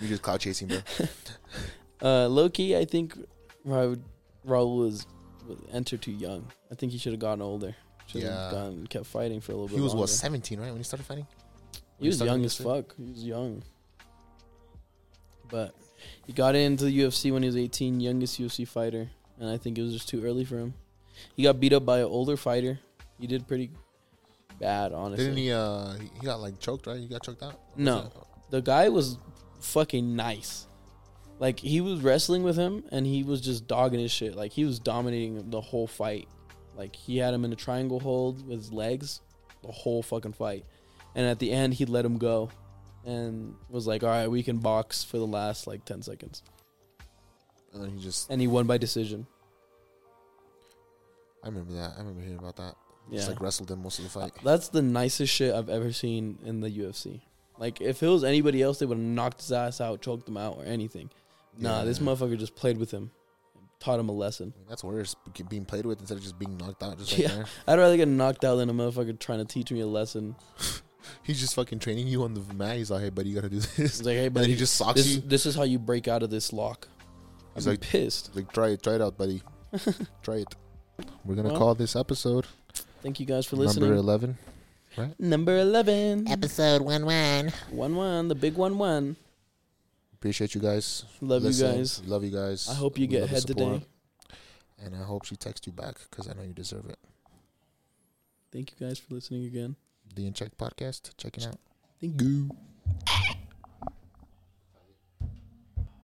S2: You're just cloud chasing, bro.
S1: Uh, low key. I think Raul, Raul was, was entered too young. I think he should have gotten older. Should have
S2: Yeah.
S1: gone kept fighting for a little bit.
S2: He was
S1: longer.
S2: what 17, right? When he started fighting,
S1: He was
S2: started
S1: young
S2: doing
S1: as
S2: this shit?
S1: fuck. He was young. But he got into the UFC when he was 18, youngest UFC fighter, and I think it was just too early for him. He got beat up by an older fighter. He did pretty bad, honestly.
S2: didn't he? Uh, he he got like choked, right? He got choked out. Or was
S1: No.
S2: it-
S1: The guy was fucking nice. Like he was wrestling with him and he was just dogging his shit. Like he was dominating the whole fight. Like he had him in a triangle hold with his legs the whole fucking fight. And at the end he let him go and was like, "All right, we can box for the last like 10 seconds."
S2: And then he just.
S1: And he won by decision.
S2: I remember that. I remember hearing about that. He Just
S1: Yeah.
S2: like wrestled him most of the fight.
S1: Uh, That's the nicest shit I've ever seen in the UFC. Like if it was anybody else they would have knocked his ass out, choked him out or anything. Nah,
S2: Yeah.
S1: this motherfucker just played with him. Taught him a lesson.
S2: That's worse. be- Being played with instead of just being knocked out. Just
S1: Yeah.
S2: right there.
S1: I'd rather get knocked out than a motherfucker trying to teach me a lesson.
S2: He's just fucking training you on the mat. He's like, hey, buddy, you gotta do this.
S1: It's like, hey,
S2: But he
S1: buddy,
S2: just socks
S1: this,
S2: you.
S1: this is how you break out of this lock. I'm
S2: He's like-
S1: pissed.
S2: Like, try it, try it out, buddy. try it. We're gonna
S1: Well,
S2: call this episode
S1: Thank you guys for
S2: number
S1: listening.
S2: eleven.
S1: Number 11.
S2: Episode one one.
S1: 1 1, the big 1 1.
S2: Appreciate you guys.
S1: Love
S2: Listen,
S1: you guys.
S2: Love you guys.
S1: I hope you
S2: We
S1: get
S2: love the
S1: head
S2: support,
S1: today.
S2: And I hope she texts you back because I know you deserve it.
S1: Thank you guys for listening again.
S2: The In Check podcast. Checking out.
S1: Thank you.